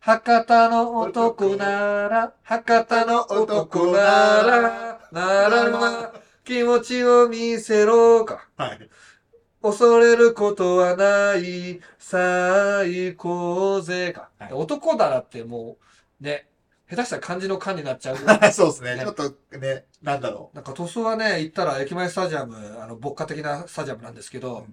Speaker 2: 博多の男なら、博多の男なら、なら気持ちを見せろか。
Speaker 1: はい。
Speaker 2: 恐れることはない、最高ぜか。
Speaker 1: はい
Speaker 2: 男だらってもう、ね、下手したら漢字の漢にな っちゃう。
Speaker 1: そうですね。
Speaker 2: ね
Speaker 1: ちょっとね、なんだろ
Speaker 2: なんか塗装はね、行ったら駅前スタジアム、あの、牧歌的なスタジアムなんですけど、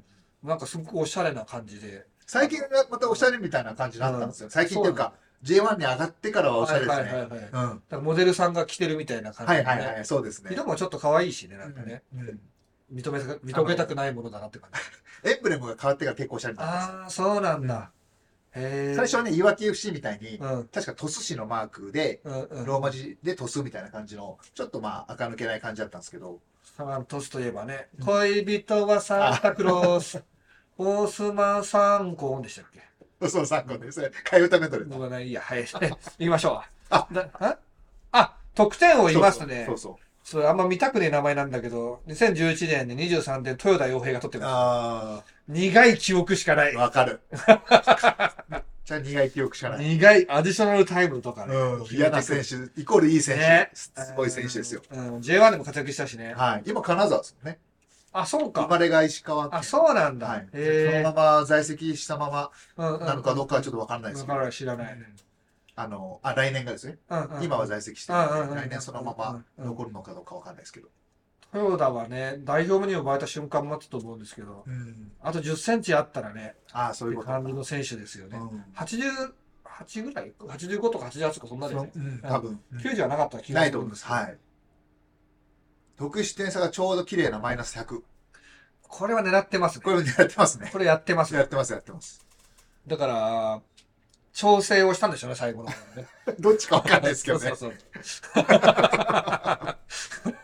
Speaker 2: なんかすごくおしゃれな感じで。
Speaker 1: う。最近がまたおしゃれみたいな感じになったんですよ。最近っていうか、J1 に上がってからはおしゃれです
Speaker 2: はいはい
Speaker 1: ね。
Speaker 2: はいはい。
Speaker 1: うん。は
Speaker 2: なんかモデルさんが着てるみたいな感じで、
Speaker 1: い
Speaker 2: ね。
Speaker 1: はいはい。そうですね。
Speaker 2: 色もちょっと可愛いしね、なんかね。
Speaker 1: うん
Speaker 2: 認めたく、認めたくないものだなって感じ。
Speaker 1: エンブレムが変わってから結構おしゃれになったんですよ
Speaker 2: ああー、そうなんだ。へえ。
Speaker 1: 最初はね、いわき FC みたいに、
Speaker 2: うん、
Speaker 1: 確か鳥栖市のマークで、
Speaker 2: うん、うん。
Speaker 1: ローマ字で鳥栖みたいな感じの、ちょっとまあ、垢抜けない感じだったんですけど、
Speaker 2: まあ、トスといえばね、
Speaker 1: うん
Speaker 2: 恋人はサンタクロース、オースマンサンコーンでしたっけ
Speaker 1: その3個で、それ、替え歌メドレーだ
Speaker 2: ごめんない、いや、はい、行きましょう。
Speaker 1: あ
Speaker 2: だああ、得点王いますね。
Speaker 1: そうそう。
Speaker 2: それあんま見たくねえ名前なんだけど、2011年に23点豊田洋平が取ってま
Speaker 1: あ
Speaker 2: す。苦い記憶しかない
Speaker 1: あ、。わか る。じゃあ苦い記憶しかない。
Speaker 2: 苦いアディショナルタイムとかね。
Speaker 1: うん、嫌な選手、イコールいい選手、
Speaker 2: ね
Speaker 1: すすごい選手ですよ。
Speaker 2: うん。うん J1 でも活躍したしね。
Speaker 1: はい。今、金沢ですもんね。
Speaker 2: あ、そう
Speaker 1: 生
Speaker 2: か。
Speaker 1: まれが石川県
Speaker 2: あ、そうなんだ。
Speaker 1: はい。その
Speaker 2: へ
Speaker 1: まま在籍したまま
Speaker 2: え。うんうん
Speaker 1: なのかどうかはちょっとわからないです
Speaker 2: わ
Speaker 1: け
Speaker 2: か
Speaker 1: ど、
Speaker 2: らない、知らない。
Speaker 1: あの、あ、来年がですね。
Speaker 2: うんうん
Speaker 1: 今は在籍してる
Speaker 2: うんうん
Speaker 1: んで、
Speaker 2: うん
Speaker 1: 来年そのまま残るのかどうかわかんないですけど。
Speaker 2: 豊田はね、代表に呼ばれた瞬間もあったと思うんですけど、
Speaker 1: うん。
Speaker 2: あと10センチあったらね、
Speaker 1: ああ、そう
Speaker 2: っ
Speaker 1: いう
Speaker 2: て
Speaker 1: こと
Speaker 2: 感じの選手ですよね。
Speaker 1: うん
Speaker 2: 88ぐらい ?85 とか88とかそんなで
Speaker 1: そ
Speaker 2: す
Speaker 1: う
Speaker 2: ね。
Speaker 1: うん多分、
Speaker 2: 90はなかった気が
Speaker 1: な
Speaker 2: する。
Speaker 1: いと思います。はいい。得失点差がちょうど綺麗なマイナス100。
Speaker 2: これは狙ってますね。
Speaker 1: これも狙ってますね。
Speaker 2: これやってます
Speaker 1: や
Speaker 2: よ。
Speaker 1: ってます、やってます。
Speaker 2: だから、調整をしたんでしょうね、最後の方はね。
Speaker 1: どっちか わかんないですけどね
Speaker 2: そう。そうそう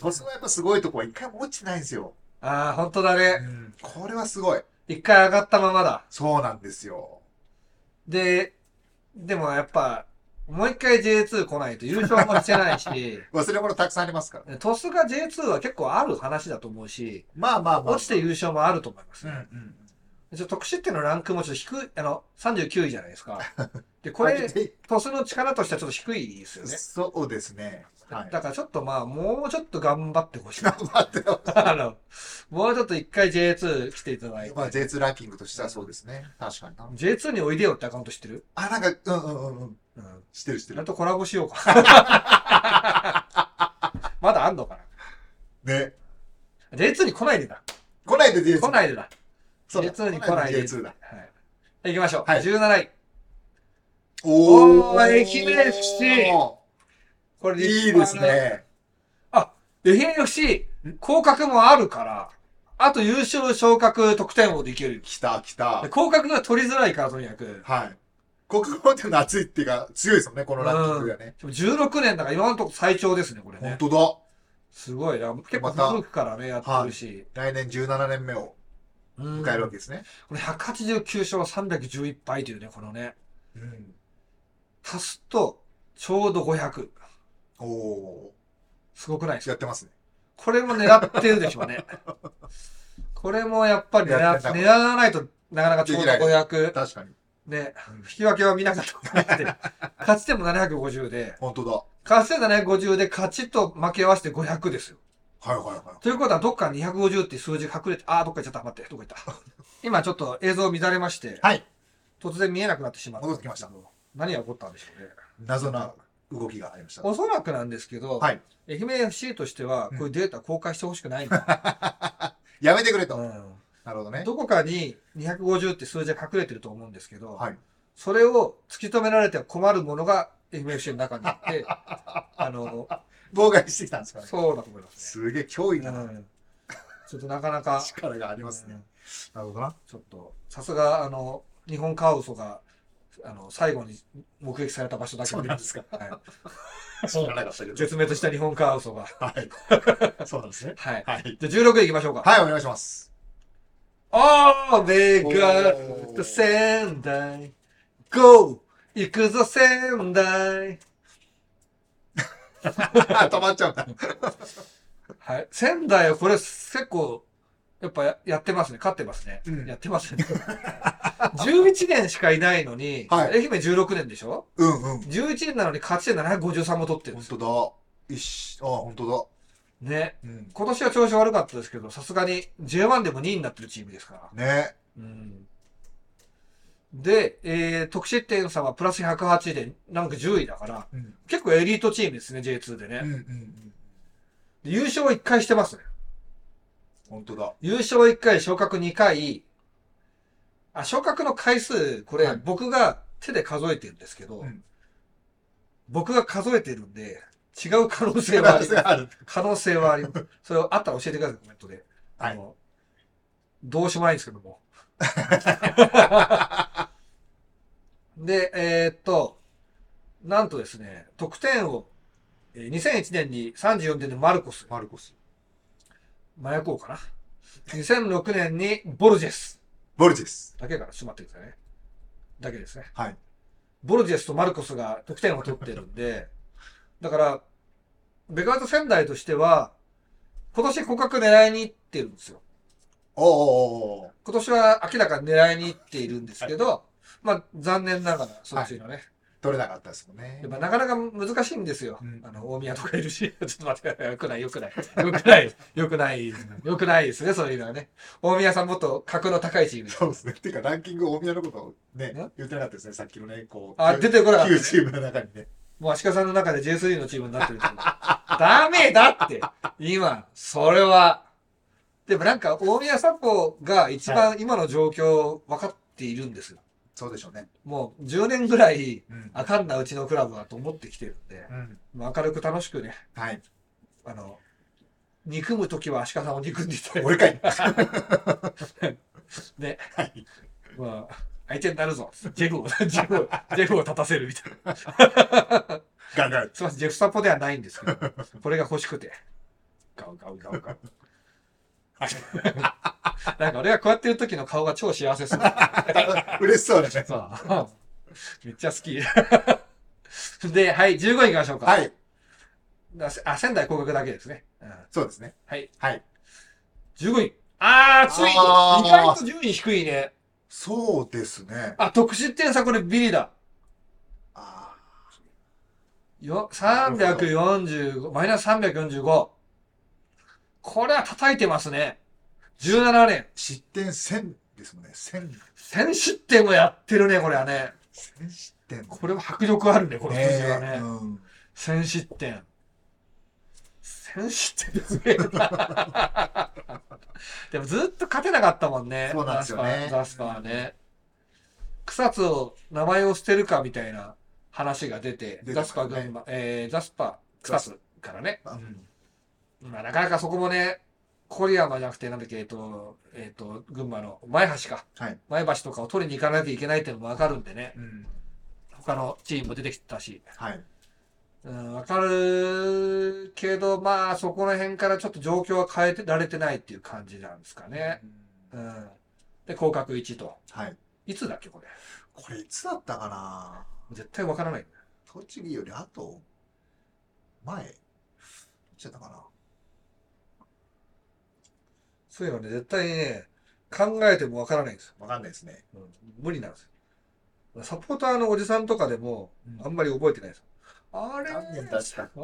Speaker 1: トスのやっぱすごいとこは一回も落ちてないんですよ。
Speaker 2: ああ、本当だね。
Speaker 1: これはすごい。
Speaker 2: 一回上がったままだ。
Speaker 1: そうなんですよ。
Speaker 2: で、でもやっぱ、もう一回 J2 来ないと優勝もしてな いし、
Speaker 1: 忘れ物たくさんありますから。
Speaker 2: トスが J2 は結構ある話だと思うし、
Speaker 1: まあまあまあ。
Speaker 2: 落ちて優勝もあると思います
Speaker 1: うんう
Speaker 2: ね。
Speaker 1: ん。
Speaker 2: ちょっと特殊っていうのランクもちょっと低い、あの、39位じゃないで すか。で、こ
Speaker 1: こ
Speaker 2: れ、
Speaker 1: れ、
Speaker 2: トスの力としてはちょっと低いですよね。
Speaker 1: そうですね。はい。
Speaker 2: だからちょっとまあ、もうちょっと頑張ってほしい。
Speaker 1: 待ってよ。
Speaker 2: あの、もうちょっと一回 J2 来ていただいて。
Speaker 1: まあ J2 ランキングとしてはそうですね。確かにな。
Speaker 2: J2 においでよってアカウント知ってる
Speaker 1: あ、なんか、うんうんうんうん。
Speaker 2: うん。
Speaker 1: 知ってる知って
Speaker 2: あ
Speaker 1: る。
Speaker 2: とコラボしようか。 まだあんのか
Speaker 1: ね。
Speaker 2: な ?J2 に来ないでだ。
Speaker 1: 来ないで J2。
Speaker 2: 来ないでだ。
Speaker 1: そうだ
Speaker 2: J2 に来ないで。
Speaker 1: J2 だ。
Speaker 2: はい。行きましょう。
Speaker 1: はい
Speaker 2: 17位。
Speaker 1: お
Speaker 2: おー愛媛 FC これ立
Speaker 1: いいで
Speaker 2: 派
Speaker 1: す
Speaker 2: な。
Speaker 1: ね。
Speaker 2: 愛媛 FC、降格もあるから、あと優勝昇格得点王できる。
Speaker 1: 来た来た
Speaker 2: で。降格が取りづらいから、とにかく。
Speaker 1: はい。国語っていうのは熱いっていうか、強いですもんね、このランキングがね。
Speaker 2: でも16年だから今のところ最長ですね、これ
Speaker 1: 本
Speaker 2: ね。
Speaker 1: 当だ。
Speaker 2: すごいな。結構
Speaker 1: また
Speaker 2: 古くからね、やってるし。
Speaker 1: 来年17年目を
Speaker 2: 迎
Speaker 1: 迎えるわけですね。
Speaker 2: これ189勝311敗というね、このね、
Speaker 1: うん。
Speaker 2: 足すとちょうど500。
Speaker 1: おお
Speaker 2: すごくないです
Speaker 1: ー。
Speaker 2: か
Speaker 1: やってますね。
Speaker 2: これも狙ってるでしょう ね。これもやっぱり
Speaker 1: や
Speaker 2: 狙
Speaker 1: ってた
Speaker 2: 狙わないとなかなかちょうど
Speaker 1: できな
Speaker 2: 500。
Speaker 1: 確かに。
Speaker 2: ね、引き分けは見なかったことになってる。勝ち点も750で、
Speaker 1: 本当だ。
Speaker 2: 勝ち点750で勝ちと負け合わせて500ですよ。
Speaker 1: はいはいはい。
Speaker 2: ということはどっか250って数字隠れて、あー、どっか行っちゃった。待って、どこ行った。 今ちょっと映像乱れまして、
Speaker 1: はい。
Speaker 2: 突然見えなくなってしまった。
Speaker 1: 戻ってきました。
Speaker 2: 何が起こったんでしょうね。
Speaker 1: 謎な動きがありました。
Speaker 2: おそらくなんですけど、
Speaker 1: はい
Speaker 2: 愛媛 FC としては、
Speaker 1: うん
Speaker 2: こういうデータ公開してほしくないんだ、
Speaker 1: やめてく れと。
Speaker 2: う
Speaker 1: なるほど
Speaker 2: ん
Speaker 1: ね。
Speaker 2: どこかに250って数字が隠れてると思うんですけど、
Speaker 1: はい。
Speaker 2: それを突き止められては困るものが愛媛 FC の中にあ って、あの、
Speaker 1: 妨害してきたんですかね。
Speaker 2: そうだと思います
Speaker 1: すげえ脅
Speaker 2: ね。
Speaker 1: 威だな。
Speaker 2: うんちょっとなかなか、
Speaker 1: 力があります
Speaker 2: う
Speaker 1: ね
Speaker 2: ん。
Speaker 1: なるほどな。
Speaker 2: ちょっと、さすが、あの、日本カワウソが、あの、最後に目撃された場所だけ
Speaker 1: そうなんですか。
Speaker 2: はい
Speaker 1: 知らなかったけど。
Speaker 2: 絶滅した日本カワウソが。
Speaker 1: はい。そうなんですね。
Speaker 2: はい。
Speaker 1: はい。
Speaker 2: じゃあ16位行きましょうか。
Speaker 1: はい、お願いします。
Speaker 2: Oh, they got the 仙台。Go! 行くぞ仙台。
Speaker 1: 止まっちゃうんだ。
Speaker 2: はい。仙台はこれ結構、やっぱややってますね。勝ってますね。
Speaker 1: うん
Speaker 2: やってま すね。11年しかいないのに、
Speaker 1: はい
Speaker 2: 愛媛16年でしょ
Speaker 1: うんうん。
Speaker 2: ?11 年なのに勝ち点753も取ってる
Speaker 1: 本
Speaker 2: んですよ。
Speaker 1: 当だ。一緒あ、本当
Speaker 2: ね。
Speaker 1: だ。うん。
Speaker 2: 今年は調子悪かったですけど、さすがに J1 でも2位になってるチームですから。
Speaker 1: ね。
Speaker 2: うんで、えー、得失点差はプラス108で、なんか10位だから、
Speaker 1: うん。
Speaker 2: 結構エリートチームですね、J2 で
Speaker 1: うんう
Speaker 2: ね。
Speaker 1: んうん。
Speaker 2: で優勝は1回してますね。
Speaker 1: 本当だ。
Speaker 2: 優勝1回、昇格2回、あ、昇格の回数、これ、
Speaker 1: はい
Speaker 2: 僕が手で数えてるんですけど、
Speaker 1: うん
Speaker 2: 僕が数えてるんで、違う可能性はあります。
Speaker 1: ある。
Speaker 2: 可能性はあります。それをあったら教えてください、コメントで。
Speaker 1: はい
Speaker 2: あの、どうしようもないんですけ ども。で、えーっと、なんとですね、得点を、えー2001年に34点でマルコス、
Speaker 1: マルコス。
Speaker 2: 麻薬王かな。2006年にボルジェス。
Speaker 1: ボルジェス。
Speaker 2: だけからしまってくださいね。だけですね。
Speaker 1: はい。
Speaker 2: ボルジェスとマルコスが得点を取ってるんで、だから、ベガーズ仙台としては、今年互角狙いに行ってるんですよ。
Speaker 1: おーおーおーお
Speaker 2: 今年は明らかに狙いに行っているんですけど、まあ残念ながら、そっちのね、
Speaker 1: ー取れなかったですもんね
Speaker 2: やっ。ぱなかなか難しいんですよ。
Speaker 1: うん
Speaker 2: あの、大宮とかいるし、 ちょっと待ってください。よくない、よ くない。よくない、よくない、よくないですね、そういうのはね。大宮さんもっと格の高いチームです。
Speaker 1: そうですね。っていうか、ランキング大宮のことね
Speaker 2: ん、
Speaker 1: 言ってなかったですね。さっきのね、こう。
Speaker 2: あ、出てこなかった、
Speaker 1: 旧
Speaker 2: ね。
Speaker 1: チームの中にね。
Speaker 2: もう足利さんの中で J3 のチームになってるってこと ダメだって今、それは。でもなんか、大宮サポが一番今の状況分かっているんですよ。
Speaker 1: そうでしょうね。
Speaker 2: もう10年ぐらい、
Speaker 1: うん。
Speaker 2: あかんなうちのクラブはと思ってきてるんで、
Speaker 1: うん。
Speaker 2: まあ明るく楽しくね、
Speaker 1: はい。
Speaker 2: あの、憎むときは足利さんを憎んでいただい て
Speaker 1: 俺か い。
Speaker 2: ね。
Speaker 1: はい。
Speaker 2: まあ、相手になるぞ。 ジェフを、ジェフを、ジェフを立たせるみたい な。
Speaker 1: ガンガン。
Speaker 2: すみません、ジェフサポではないんですけど、 これが欲しくて。ガウガウガ ウガウ。なんか俺がこうやってる時の顔が超幸せそう。
Speaker 1: 嬉しそうですね。
Speaker 2: さあ、 めっちゃ好き。 で、はい、15位行きましょうか。
Speaker 1: はい。
Speaker 2: だあ、仙台広角だけですね。うん、
Speaker 1: そうですね。
Speaker 2: はい。
Speaker 1: はい。
Speaker 2: 15位。あー、ついに
Speaker 1: あー
Speaker 2: 意外と順位低いね。
Speaker 1: そうですね。
Speaker 2: あ、得失点差これビリだ。
Speaker 1: あ
Speaker 2: よ、345、マイナス345。これは叩いてますね。17年
Speaker 1: ー。失点1000ですもんね。1000、
Speaker 2: 1000失点もやってるね、これはね。
Speaker 1: 1000失点。
Speaker 2: これは迫力あるね、この数字は
Speaker 1: ねえ
Speaker 2: ね
Speaker 1: う。ん。
Speaker 2: 1000失点。1000失点ですね。でもずっと勝てなかったもんね。
Speaker 1: そうなんですよね
Speaker 2: ザスパーザスパーね。草津を名前を捨てるかみたいな話が出て、
Speaker 1: 出て
Speaker 2: ザ
Speaker 1: ま
Speaker 2: ス
Speaker 1: し
Speaker 2: パ
Speaker 1: た
Speaker 2: ー
Speaker 1: ね
Speaker 2: 群馬、えー、ザスパー草津からね。
Speaker 1: あうん
Speaker 2: まあ、なかなかそこもね、コリアマじゃなくて、なんだっけ、えっと、えっと、群馬の前橋か。
Speaker 1: はい。
Speaker 2: 前橋とかを取りに行かなきゃいけないっていうのもわかるんでね。
Speaker 1: うん。
Speaker 2: 他のチームも出てきたし。
Speaker 1: はい。
Speaker 2: うん、わかるけど、まあ、そこら辺からちょっと状況は変えてられてないっていう感じなんですかね。
Speaker 1: うん
Speaker 2: うん。で、降格1と。
Speaker 1: はい。
Speaker 2: いつだっけ、これ。
Speaker 1: これいつだったかな
Speaker 2: 絶対わからない。
Speaker 1: 栃木よりあと、前、どっちだったかな
Speaker 2: そういうのね、絶対ね、考えてもわからないんですよ。
Speaker 1: わかんないですね。
Speaker 2: うん無理なんですよ。サポーターのおじさんとかでも
Speaker 1: うん、
Speaker 2: あんまり覚えてないですよ。あれ
Speaker 1: 何年経ったっけ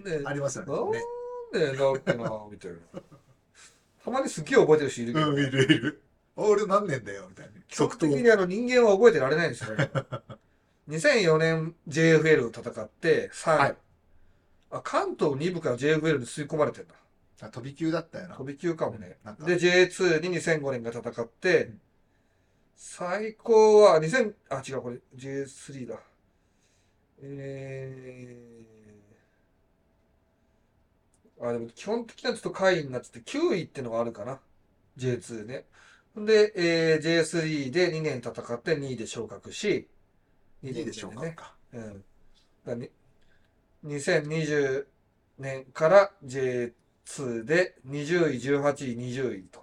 Speaker 1: みたいなね。あります
Speaker 2: な
Speaker 1: よ
Speaker 2: ん
Speaker 1: ね。
Speaker 2: でだっけな、みたいな。たまにすっげえ覚えてる人いるけど、
Speaker 1: うん、いるいる。俺何年だよみたいな。
Speaker 2: 基本
Speaker 1: 即答
Speaker 2: 的。にあの人間は覚えてられないんです よね。2004年 JFL を戦って3位、
Speaker 1: はい
Speaker 2: あ。関東2部から JFL に吸い込まれてんだ。
Speaker 1: あ飛び級だったよな
Speaker 2: 飛。び級かもね。
Speaker 1: なんか
Speaker 2: で、J2 に2005年が戦っ
Speaker 1: う
Speaker 2: て
Speaker 1: ん、
Speaker 2: 最高は2000、あ、違う、これ J3 だ。えー、あ、でも基本的にはちょっと下位になってて、9位ってのがあるかな。J2 ね。で、えー、J3 で2年戦って2位で昇格し、
Speaker 1: いいでしょう
Speaker 2: ね
Speaker 1: か。
Speaker 2: うん。だに2020年から J2 で20位、18位、20位と。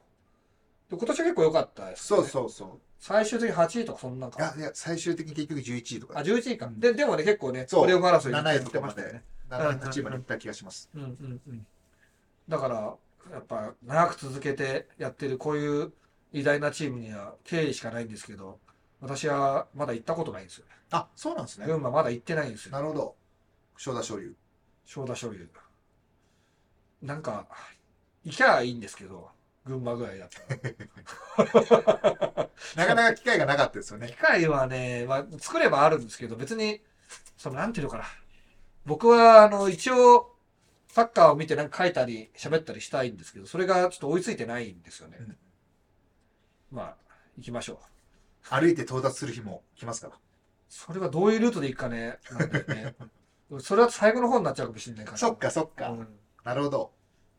Speaker 2: で今年は結構良かったです、
Speaker 1: そうそうそ
Speaker 2: 最終的に8位とかそんなん
Speaker 1: う。いや
Speaker 2: か。、
Speaker 1: いや、最終的に結局11位と
Speaker 2: あ、
Speaker 1: か、
Speaker 2: 11位か。
Speaker 1: うん
Speaker 2: で、でもね、結構ね、
Speaker 1: そう
Speaker 2: プレオフ争い
Speaker 1: 7位とか
Speaker 2: ま
Speaker 1: ま
Speaker 2: したよ
Speaker 1: で
Speaker 2: ね。、
Speaker 1: 7位、8位まで行った気がします。
Speaker 2: うんうんうん。だから、やっぱ、長く続けてやってる、こういう偉大なチームには敬意しかないんですけど、私はまだ行ったことないんですよ。
Speaker 1: あ、そうなんですね
Speaker 2: 群。馬まだ行ってないんですよ。
Speaker 1: なるほど。正田昇龍。
Speaker 2: 正田所有。なんか、行きゃいいんですけど、群馬ぐらいだったら。
Speaker 1: なかなか機会がなかったですよね
Speaker 2: 機。械はね、まあ、作ればあるんですけど、別に、その、なんていうのかな。僕は、あの、一応、サッカーを見てなんか書いたり、喋ったりしたいんですけど、それがちょっと追いついてないんですよね
Speaker 1: うん。
Speaker 2: まあ、行きましょう。
Speaker 1: 歩いて到達する日も来ますから。
Speaker 2: それはどういうルートで行くかね、なんだよね。 それは最後の方になっちゃうかもしれないから。
Speaker 1: そっかそっか。
Speaker 2: うん
Speaker 1: なるほど。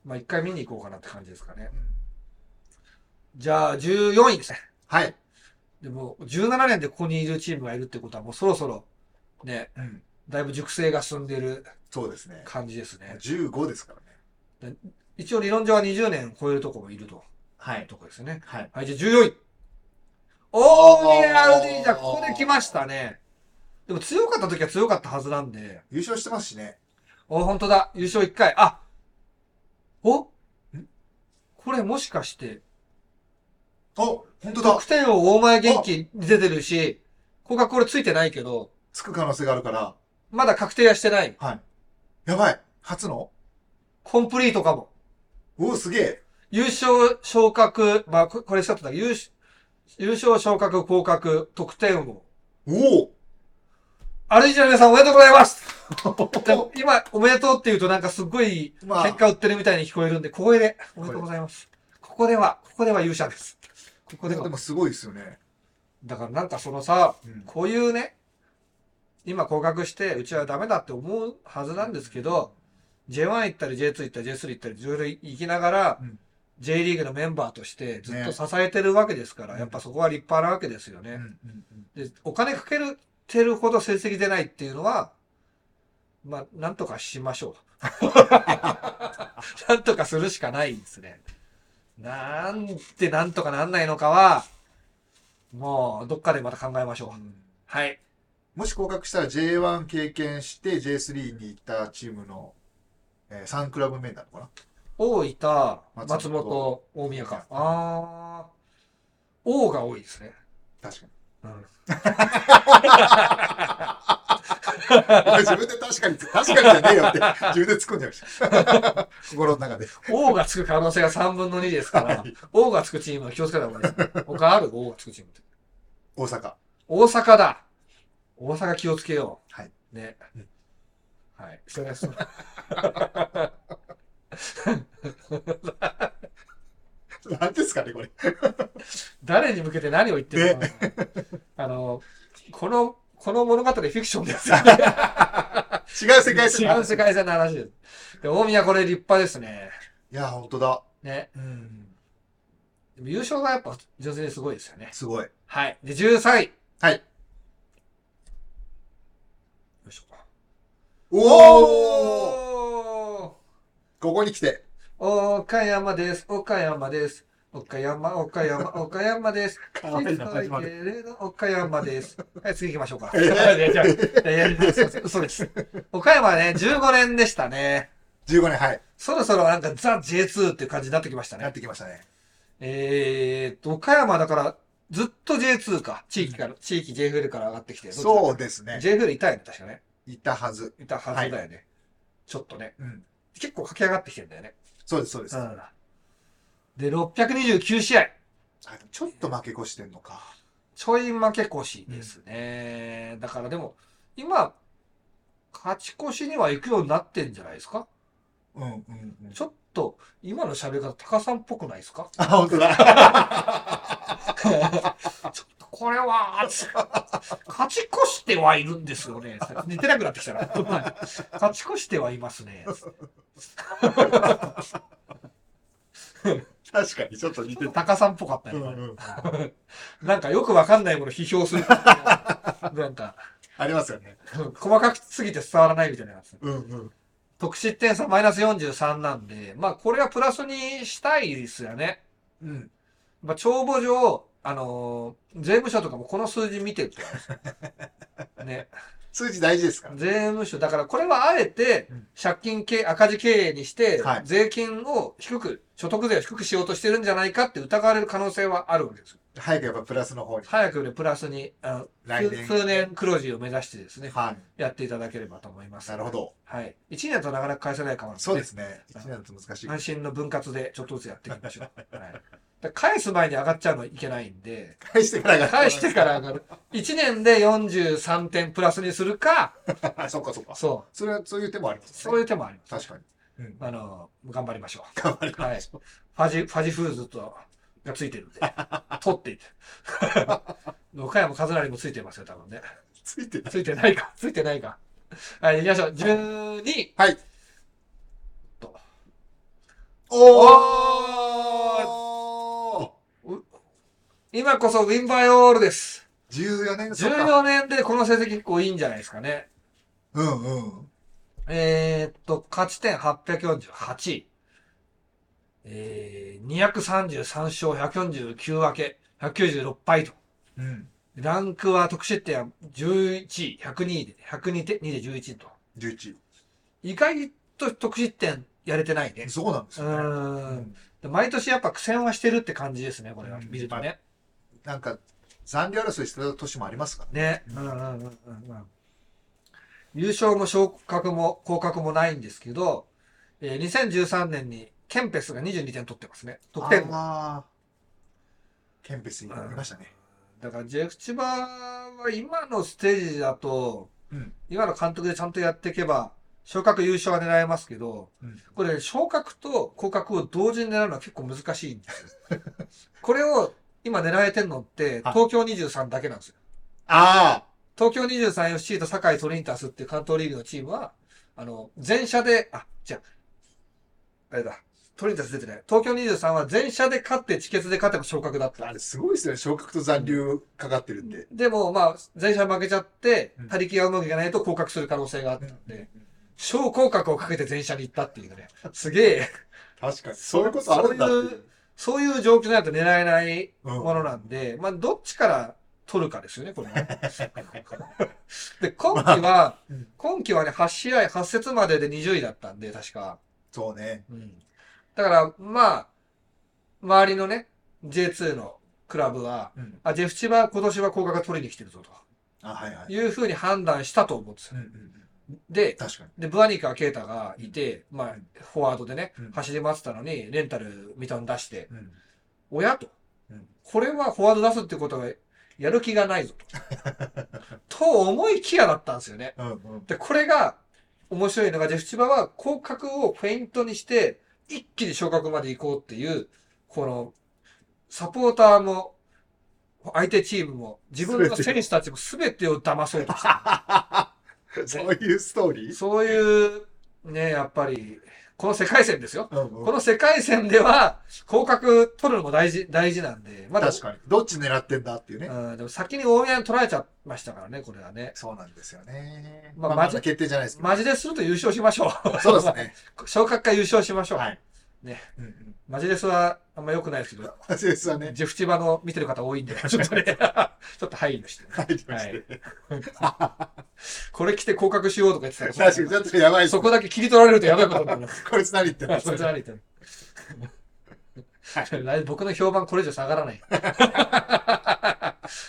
Speaker 2: まあ、一回見に行こうかなって感じですかね
Speaker 1: うん。
Speaker 2: じゃあ、14位ですね。
Speaker 1: はい。
Speaker 2: でも、17年でここにいるチームがいるってことは、もうそろそろ、ね、
Speaker 1: うん
Speaker 2: だいぶ熟成が進んでる
Speaker 1: そうですね。
Speaker 2: 感じですね。
Speaker 1: 15ですからね。
Speaker 2: 一応理論上は20年を超えるとこもいると。
Speaker 1: は
Speaker 2: と。こですね。
Speaker 1: はい。
Speaker 2: はい、じゃあ14位。大宮アルディージャ、ここで来ましたね。でも強かった時は強かったはずなんで。
Speaker 1: 優勝してますしね。
Speaker 2: お、本当だ。優勝1回。あおこれもしかして、
Speaker 1: お本当だ
Speaker 2: 得点王大前元気出てるし、ここがこれついてないけど、
Speaker 1: つく可能性があるから。
Speaker 2: まだ確定はしてない。
Speaker 1: はい。やばい初の
Speaker 2: コンプリートかも。
Speaker 1: おおすげえ
Speaker 2: 優勝昇格、まあ、ここれしちゃってた優勝、優勝昇格、降格、得点王。
Speaker 1: おお
Speaker 2: アルジェ皆さんおめでとうございます でも今、おめでとうって言うとなんかすっごい
Speaker 1: ま
Speaker 2: 喧
Speaker 1: あ、
Speaker 2: 嘩売ってるみたいに聞こえるんで、光栄で、おめでとうございます。ここでは、ここでは勇者です。ここ
Speaker 1: で
Speaker 2: で
Speaker 1: もで
Speaker 2: は。
Speaker 1: もすごいですよね。
Speaker 2: だからなんかそのさ、
Speaker 1: うん
Speaker 2: こういうね、今降格して、うちはダメだって思うはずなんですけど、J1 行ったり J2 行ったり J3 行ったりいろいろ行きながら、
Speaker 1: うん
Speaker 2: J リーグのメンバーとしてずっと支えてるわけですから、
Speaker 1: ね
Speaker 2: やっぱそこは立派なわけですよ
Speaker 1: う
Speaker 2: ね。
Speaker 1: んうんうん
Speaker 2: で、お金かけるてるほど成績出ないっていうのは、まあ、なんとかしましょ う。なんとかするしかないんですね。なんてなんとかなんないのかは、もう、どっかでまた考えましょう。はい。
Speaker 1: もし降格したら J1 経験して J3 に行ったチームの、えー、3クラブ目になるのか
Speaker 2: 大分、
Speaker 1: 松本
Speaker 2: 松本、大宮か。ああ。王が多いですね。
Speaker 1: な確かに。
Speaker 2: うん。
Speaker 1: 自分で確かに、 確かにじゃねえよって、自分で突っ込んじゃいました。 心の中で。
Speaker 2: 王がつく可能性が3分の2ですから、王がつくチームは気をつけた方がいいです。他ある王がつくチームって。
Speaker 1: 大阪。
Speaker 2: 大阪だ。大阪気をつけよう。
Speaker 1: はい。
Speaker 2: ね
Speaker 1: うん。
Speaker 2: はい。それはそう。
Speaker 1: 何ですかね、これ。
Speaker 2: 誰に向けて何を言ってるのかな。あの、この、この物語フィクションですよね。
Speaker 1: 違う世界線。
Speaker 2: 違う世界線の話です。で、大宮これ立派ですね。
Speaker 1: いや、本当だ。
Speaker 2: ね。
Speaker 1: うん。
Speaker 2: でも優勝がやっぱ女性すごいですよね。
Speaker 1: すごい。
Speaker 2: はい。で、13位。
Speaker 1: はい
Speaker 2: よいしょ。
Speaker 1: おお
Speaker 2: お
Speaker 1: ここに来て、
Speaker 2: ー岡山です。岡山です。岡山、岡 山、岡山です。
Speaker 1: かわいいな
Speaker 2: 小さ
Speaker 1: 始ま
Speaker 2: け
Speaker 1: る
Speaker 2: れど岡山です。はい、次行きましょうか。
Speaker 1: え
Speaker 2: いやいやいやいやいやすいません嘘です。岡山はね、15年でしたね。
Speaker 1: 15年、はい。
Speaker 2: そろそろなんかザ・ J2 っていう感じになってきました
Speaker 1: なっ
Speaker 2: ね。
Speaker 1: てきましたね。
Speaker 2: えーっと、岡山だから、ずっと J2 か。地域から、地域 JFL から上がってきて。
Speaker 1: そうですね。
Speaker 2: JFL いたよね、確かね。
Speaker 1: いたはず。
Speaker 2: いたはずだよね。ちょっとね。
Speaker 1: うん。
Speaker 2: 結構駆け上がってきてんだよね。
Speaker 1: そうです、そうです。
Speaker 2: ん。で、629試合。
Speaker 1: あちょっと負け越してんのか。
Speaker 2: ちょい負け越しですね。だからでも、今、勝ち越しには行くようになってんじゃないですか
Speaker 1: うん、うん、うん。
Speaker 2: ちょっと、今の喋り方、高さんっぽくないです か
Speaker 1: あ、本当だ。
Speaker 2: ちょっと、これは、 勝ち越してはいるんですよ ね。似てなくなってきたな。勝ち越してはいますね。
Speaker 1: 確かに、ちょっと似てた。
Speaker 2: 高さんっぽかったよ、
Speaker 1: うんうん
Speaker 2: なんかよくわかんないもの批評する。 なんか、
Speaker 1: ありますよね。
Speaker 2: 細かすぎて伝わらないみたいなやつ。
Speaker 1: うん、うん。
Speaker 2: 得失点差マイナス43なんで、まあこれはプラスにしたいですよね。
Speaker 1: うん。
Speaker 2: まあ、帳簿上、あのー税務署とかもこの数字見てるって話ね。
Speaker 1: 数字大事ですから。
Speaker 2: 税務署、だからこれはあえて
Speaker 1: うん、
Speaker 2: 借金経赤字経営にして
Speaker 1: はい、
Speaker 2: 税金を低く、所得税を低くしようとしてるんじゃないかって疑われる可能性はあるわけですよ。
Speaker 1: 早くやっぱプラスの方に。
Speaker 2: 早くね、プラスに、あの
Speaker 1: 来
Speaker 2: 数
Speaker 1: 年
Speaker 2: 数年黒字を目指してですね、
Speaker 1: はい。
Speaker 2: やっていただければと思います。
Speaker 1: なるほ。ど。
Speaker 2: はい。1年だとなかなか返せないかも。
Speaker 1: そうですすね。一年だと難しい。
Speaker 2: 安心の分割でちょっとずつやっていきましょう。はい。だから返す前に上がっちゃうのはいけないんで、
Speaker 1: 返してからが。
Speaker 2: 返してから上がる。1年で43点プラスにするか、
Speaker 1: あそっかそっか。
Speaker 2: そ
Speaker 1: それは、そういう手もありま
Speaker 2: う。
Speaker 1: す
Speaker 2: そういう手もあります。
Speaker 1: 確かに。うん。
Speaker 2: あの、頑張りましょ
Speaker 1: 頑張り
Speaker 2: う。はい。
Speaker 1: まし
Speaker 2: フ
Speaker 1: ょ
Speaker 2: ァジ、ファジフーズと、がついてる んで、取っていて。 岡山和成もついてますよ、多分ね。
Speaker 1: う。ついてない。
Speaker 2: ついてないか、ついてないか。はい、行きましょう。12。
Speaker 1: はい。
Speaker 2: と
Speaker 1: おー
Speaker 2: 今こそウィンバイオールです。
Speaker 1: 14年そっか。
Speaker 2: 14年でこの成績結構いいんじゃないですかね。
Speaker 1: うんうん。
Speaker 2: えー、っと、勝ち点848。えー、233勝149分け、196敗と。
Speaker 1: うん。
Speaker 2: ランクは特殊点は11位、102位で、102で2で11位と。
Speaker 1: 11。
Speaker 2: 意外と特殊点やれてないね。
Speaker 1: そうなんです
Speaker 2: う
Speaker 1: よね。
Speaker 2: ーん。で毎年やっぱ苦戦はしてるって感じですね、これは。
Speaker 1: うん
Speaker 2: 見るとね。
Speaker 1: なんか、残留争いしてた年もありますからね。
Speaker 2: ね。うんうんうんうんうん。優勝も昇格も降格もないんですけど、えー2013年にケンペスが22点取ってますね。得点も。
Speaker 1: あーケンペスにいましたね。
Speaker 2: だからジェフ千葉は今のステージだと、
Speaker 1: うん
Speaker 2: 今の監督でちゃんとやっていけば、昇格優勝は狙えますけど、
Speaker 1: うん
Speaker 2: これ昇格と降格を同時に狙うのは結構難しいんですよ。 これを今狙えてるのって、
Speaker 1: はい
Speaker 2: 東京23だけなんですよ。
Speaker 1: あ
Speaker 2: 東京23 FC と堺トリンタスっていう関東リーグのチームは、あの、全社で、あ、じゃあ、あれだ、トリンタス出てない。東京23は全社で勝って、地決で勝てば昇格だっ
Speaker 1: ああ
Speaker 2: た。
Speaker 1: れすごいですよね。昇格と残留かかってるんで。
Speaker 2: でも、まあ、全社負けちゃって
Speaker 1: うん、
Speaker 2: 他力がうまくいかないと降格する可能性があったんで、昇降格をかけて全社に行ったっていうね。すげえ、
Speaker 1: 確かに。そういうことあるんだっていう。
Speaker 2: そういう状況になると狙えない
Speaker 1: うん
Speaker 2: ものなんで、まあ、どっちから取るかですよね、これは。で、今季は
Speaker 1: うん、
Speaker 2: 今季はね、8試合、8節までで20位だったんで、確か。
Speaker 1: そうね。
Speaker 2: うん。だから、まあ、周りのね、J2 のクラブは、
Speaker 1: うん
Speaker 2: あ、ジェフチは今年は効果が取りに来てるぞ、と
Speaker 1: あ、はいはい。
Speaker 2: いうふうに判断したと思うんですよ。
Speaker 1: うんうんうん
Speaker 2: で、
Speaker 1: 確かに。
Speaker 2: で、ブアニカ・ケータがいて、まあ、フォワードでね
Speaker 1: うん、
Speaker 2: 走り回ってたのに、レンタル、ミトン出して、
Speaker 1: うん
Speaker 2: おやと
Speaker 1: うん。
Speaker 2: これはフォワード出すってことは、やる気がないぞ と。と思いきやだったんですよね。
Speaker 1: うんうん
Speaker 2: で、これが面白いのが、ジェフチバは広角をフェイントにして、一気に昇格まで行こうっていう、この、サポーターも、相手チームも、自分の選手たちも全てを騙そうとして
Speaker 1: そういうストーリ
Speaker 2: る。
Speaker 1: ー
Speaker 2: そういう、ね、やっぱり、この世界線ですよ。
Speaker 1: うんう
Speaker 2: こ
Speaker 1: ん
Speaker 2: の世界線では、広角取るのも大事、大事なんで、まだ、
Speaker 1: 確かに。どっち狙ってんだっていうね。
Speaker 2: うん、でも先に大宮に取られちゃいましたからね、これはね。
Speaker 1: そうなんですよね。ま
Speaker 2: まあ
Speaker 1: あ、
Speaker 2: マ
Speaker 1: ま
Speaker 2: ジ
Speaker 1: だ決定じゃないですけ
Speaker 2: マジですると優勝しましょ
Speaker 1: ど。
Speaker 2: う。
Speaker 1: そうです。ね。
Speaker 2: 昇格か優勝しましょう。
Speaker 1: はい。
Speaker 2: ね
Speaker 1: うんうん。
Speaker 2: マジレスはあんま良くないですけど、
Speaker 1: マジですよね。
Speaker 2: ジェフチバの見てる方多いんで、ちょっとね、 ちょっと配慮して。
Speaker 1: 入りまして。
Speaker 2: これ着て降格しようとか言ってたら、
Speaker 1: 確かに、ちょっとやばいです
Speaker 2: そ。こだけ切り取られるとやばいことになる。
Speaker 1: こいつ何言ってんだ
Speaker 2: そいつらに言ってんの 来僕の評判これ以上下がらない。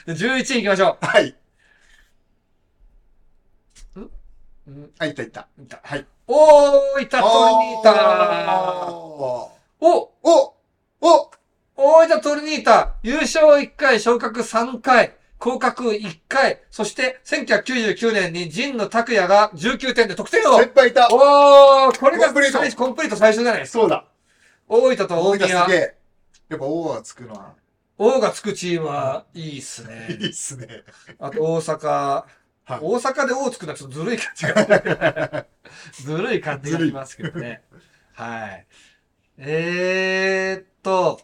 Speaker 2: 11位行きましょ
Speaker 1: はい。
Speaker 2: う。うん、
Speaker 1: はい、いったいった。
Speaker 2: いた。
Speaker 1: はい。
Speaker 2: おーいた、トルニータ
Speaker 1: お
Speaker 2: お
Speaker 1: ーおお
Speaker 2: 大分トルニータ、優勝1回、昇格3回、降格1回、そして1999年に陣野拓也が19点で得点を
Speaker 1: 先輩いた
Speaker 2: おーこれが
Speaker 1: コンプリート
Speaker 2: 最初コンプリート最初じゃないですか。
Speaker 1: そうだ
Speaker 2: 大分と
Speaker 1: 大
Speaker 2: 大
Speaker 1: 分す
Speaker 2: 宮
Speaker 1: げ、え。やっぱ王がつくのは、
Speaker 2: 王がつくチームはいいっす
Speaker 1: いい
Speaker 2: ね。
Speaker 1: っすね。
Speaker 2: あと大阪、
Speaker 1: はい
Speaker 2: 大阪で王つくのはちょっとずるい感じが。 ずるい感じがしますけどね。はい。えー、っと、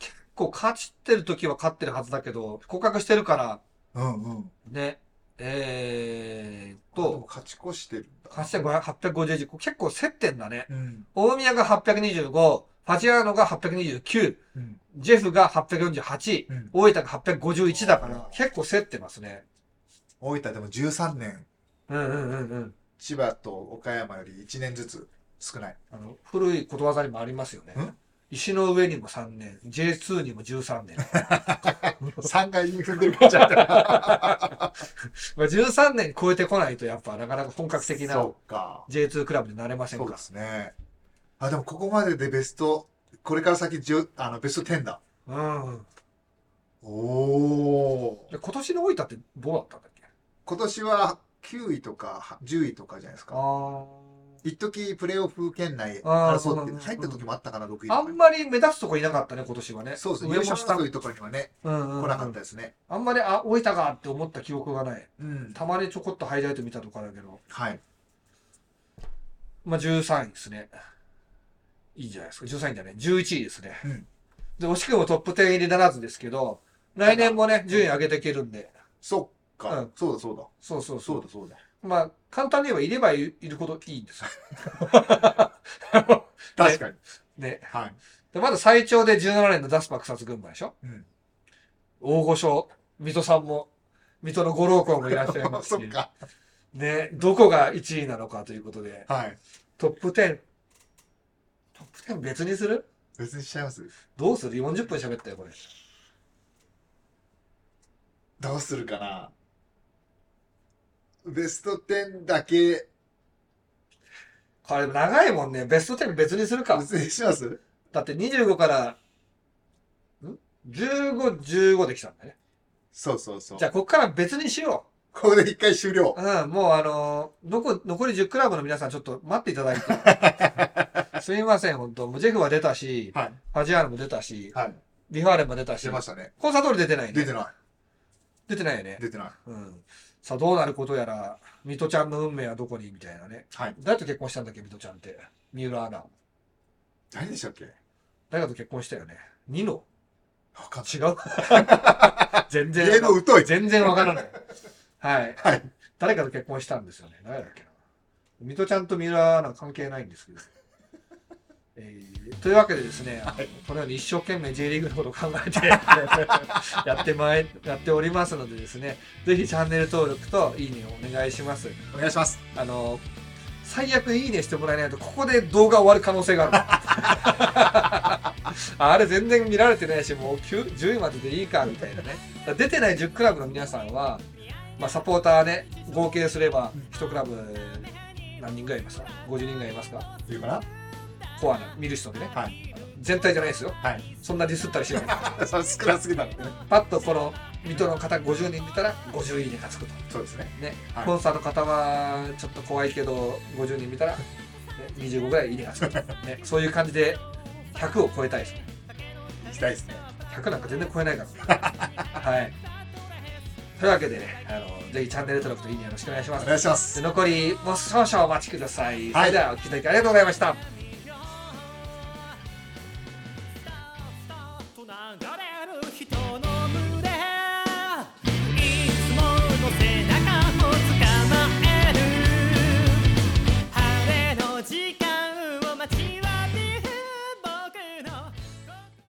Speaker 2: 結構勝ちってる時は勝ってるはずだけど、降格してるから、
Speaker 1: うんうん。
Speaker 2: ね、えー、っ
Speaker 1: でも
Speaker 2: と、
Speaker 1: 勝ち越してるんだ。
Speaker 2: 勝ち点851、結構接点だね。
Speaker 1: うん。
Speaker 2: 大宮が825、ファジアーノが829、
Speaker 1: うん
Speaker 2: ジェフが848、
Speaker 1: うん
Speaker 2: 大分が851だか
Speaker 1: あ
Speaker 2: ら
Speaker 1: ー、
Speaker 2: 結構競ってますね。
Speaker 1: 大分でも13年、
Speaker 2: うんうんうんうん。
Speaker 1: 千葉と岡山より1年ずつ少ない。
Speaker 2: あの、古いことわざにもありますよね
Speaker 1: ん。
Speaker 2: 石の上にも3年、J2 にも13年。
Speaker 1: 3回踏んでる感じだった。
Speaker 2: まあ、13年超えてこないと、やっぱなかなか本格的な
Speaker 1: そうか。
Speaker 2: J2 クラブになれません
Speaker 1: そう
Speaker 2: か
Speaker 1: で。すね。あ、でもここまででベスト、これから先10、あの、ベスト10だ。
Speaker 2: うん。
Speaker 1: おおー。
Speaker 2: で今年の大分ってどうだったんだっけ
Speaker 1: 今年は9位とか10位とかじゃないですか。
Speaker 2: あ
Speaker 1: 一時プレーオフ圏内
Speaker 2: あー
Speaker 1: 争って
Speaker 2: うん
Speaker 1: 入った時もあったかな、6位とか
Speaker 2: あんまり目立つとこいなかったね、今年はね。
Speaker 1: そうですね。
Speaker 2: 上
Speaker 1: 優
Speaker 2: も
Speaker 1: 勝
Speaker 2: 下も
Speaker 1: 争いとかにはね、
Speaker 2: うんうん
Speaker 1: 来
Speaker 2: うん
Speaker 1: なかったですね。
Speaker 2: あんまり、あ、置いたかって思った記憶がない。
Speaker 1: うん。
Speaker 2: たまにちょこっとハイライト見たとかだけど、
Speaker 1: はい。
Speaker 2: まあ13位ですね。いいじゃないですか。13位じゃない。11位ですね。
Speaker 1: うん
Speaker 2: で、惜しくもトップ10入りならずですけど、来年もね、順位上げていけるんで。
Speaker 1: そっ
Speaker 2: う
Speaker 1: か
Speaker 2: ん。
Speaker 1: そうだそうだ。
Speaker 2: そうそうそ
Speaker 1: そうう。だそうだ。
Speaker 2: まあ、簡単に言えば、いればいいるほどいいんですよ。
Speaker 1: 確かに。
Speaker 2: ね。
Speaker 1: はい。
Speaker 2: で、まだ最長で17年のダスパクサツ群馬でしょ
Speaker 1: うん。
Speaker 2: 大御所、水戸さんも、水戸の五郎公もいらっしゃいますし
Speaker 1: そ、っか。
Speaker 2: ね、どこが1位なのかということで、
Speaker 1: はい。
Speaker 2: トップ10、トップ10別にする
Speaker 1: 別にしちゃいます
Speaker 2: どうする ?40 分喋ったよ、これ。
Speaker 1: どうするかなベスト10だけ、
Speaker 2: これ長いもんね。ベスト10別にするか。
Speaker 1: 別にします
Speaker 2: だって25から、ん ?15、15できたんだね。
Speaker 1: そうそうそう
Speaker 2: じ。ゃあ、こっから別にしよ
Speaker 1: ここで一回終了。
Speaker 2: う。うん、もうあのー残、残り10クラブの皆さんちょっと待っていただい て。すみません、本当もうジェフは出たし、
Speaker 1: はい。
Speaker 2: ファジアールも出たし、
Speaker 1: はい。
Speaker 2: リファーレンも出たし、
Speaker 1: 出ましたね。
Speaker 2: コンサドール出てない
Speaker 1: 出
Speaker 2: ね。
Speaker 1: てな
Speaker 2: 出てないよね
Speaker 1: い。。出てない。
Speaker 2: うん。さあ、どうなることやら、ミトちゃんの運命はどこにみたいなね。
Speaker 1: はい。
Speaker 2: 誰と結婚したんだっけ、ミトちゃんって。三浦アナ。
Speaker 1: 誰でしたっけ
Speaker 2: 誰かと結婚したよね。ニノ
Speaker 1: わかん
Speaker 2: 違う 全然。
Speaker 1: 芸能疎い。
Speaker 2: 全然わからない。はい。
Speaker 1: はい。
Speaker 2: 誰かと結婚したんですよね。誰だっけな。水戸ちゃんと三浦アナ関係ないんですけど。えーというわけでですね、あのこのように一生懸命 J リーグのことを考えて やってまい、やっておりますのでですね、ぜひチャンネル登録といいねをお願いします。
Speaker 1: お願いします。
Speaker 2: あの、最悪いいねしてもらえないと、ここで動画終わる可能性がある。あれ全然見られてないし、もう9 10位まででいいか、みたいなね。だから出てない10クラブの皆さんは、まあ、サポーターね、合計すれば、1クラブ何人ぐらいいますか ?50 人ぐらいいますか
Speaker 1: いいかな
Speaker 2: コアな、見る人でね。
Speaker 1: は
Speaker 2: 全体じゃないですよ。
Speaker 1: はい。
Speaker 2: そんなディスったりしない。
Speaker 1: それ少なすぎたんでね。
Speaker 2: パッとこの、水戸の方50人見たら、50いいねがつくと。
Speaker 1: そうですね。
Speaker 2: ね、
Speaker 1: はい
Speaker 2: コンサートの方はちょっと怖いけど50人見たら、ね、25ぐらいいいねがつ く、ね、そういう感じで100を超えたいですね
Speaker 1: 行きたいですね。
Speaker 2: 100なんか全然超えな いから、はいというわけでねあのぜひチャンネル登録といいねよろしくお願いしま
Speaker 1: お
Speaker 2: す
Speaker 1: 願いします。
Speaker 2: で残りもう少々お待ちください、
Speaker 1: はい
Speaker 2: それではお聞きいただきありがとうございました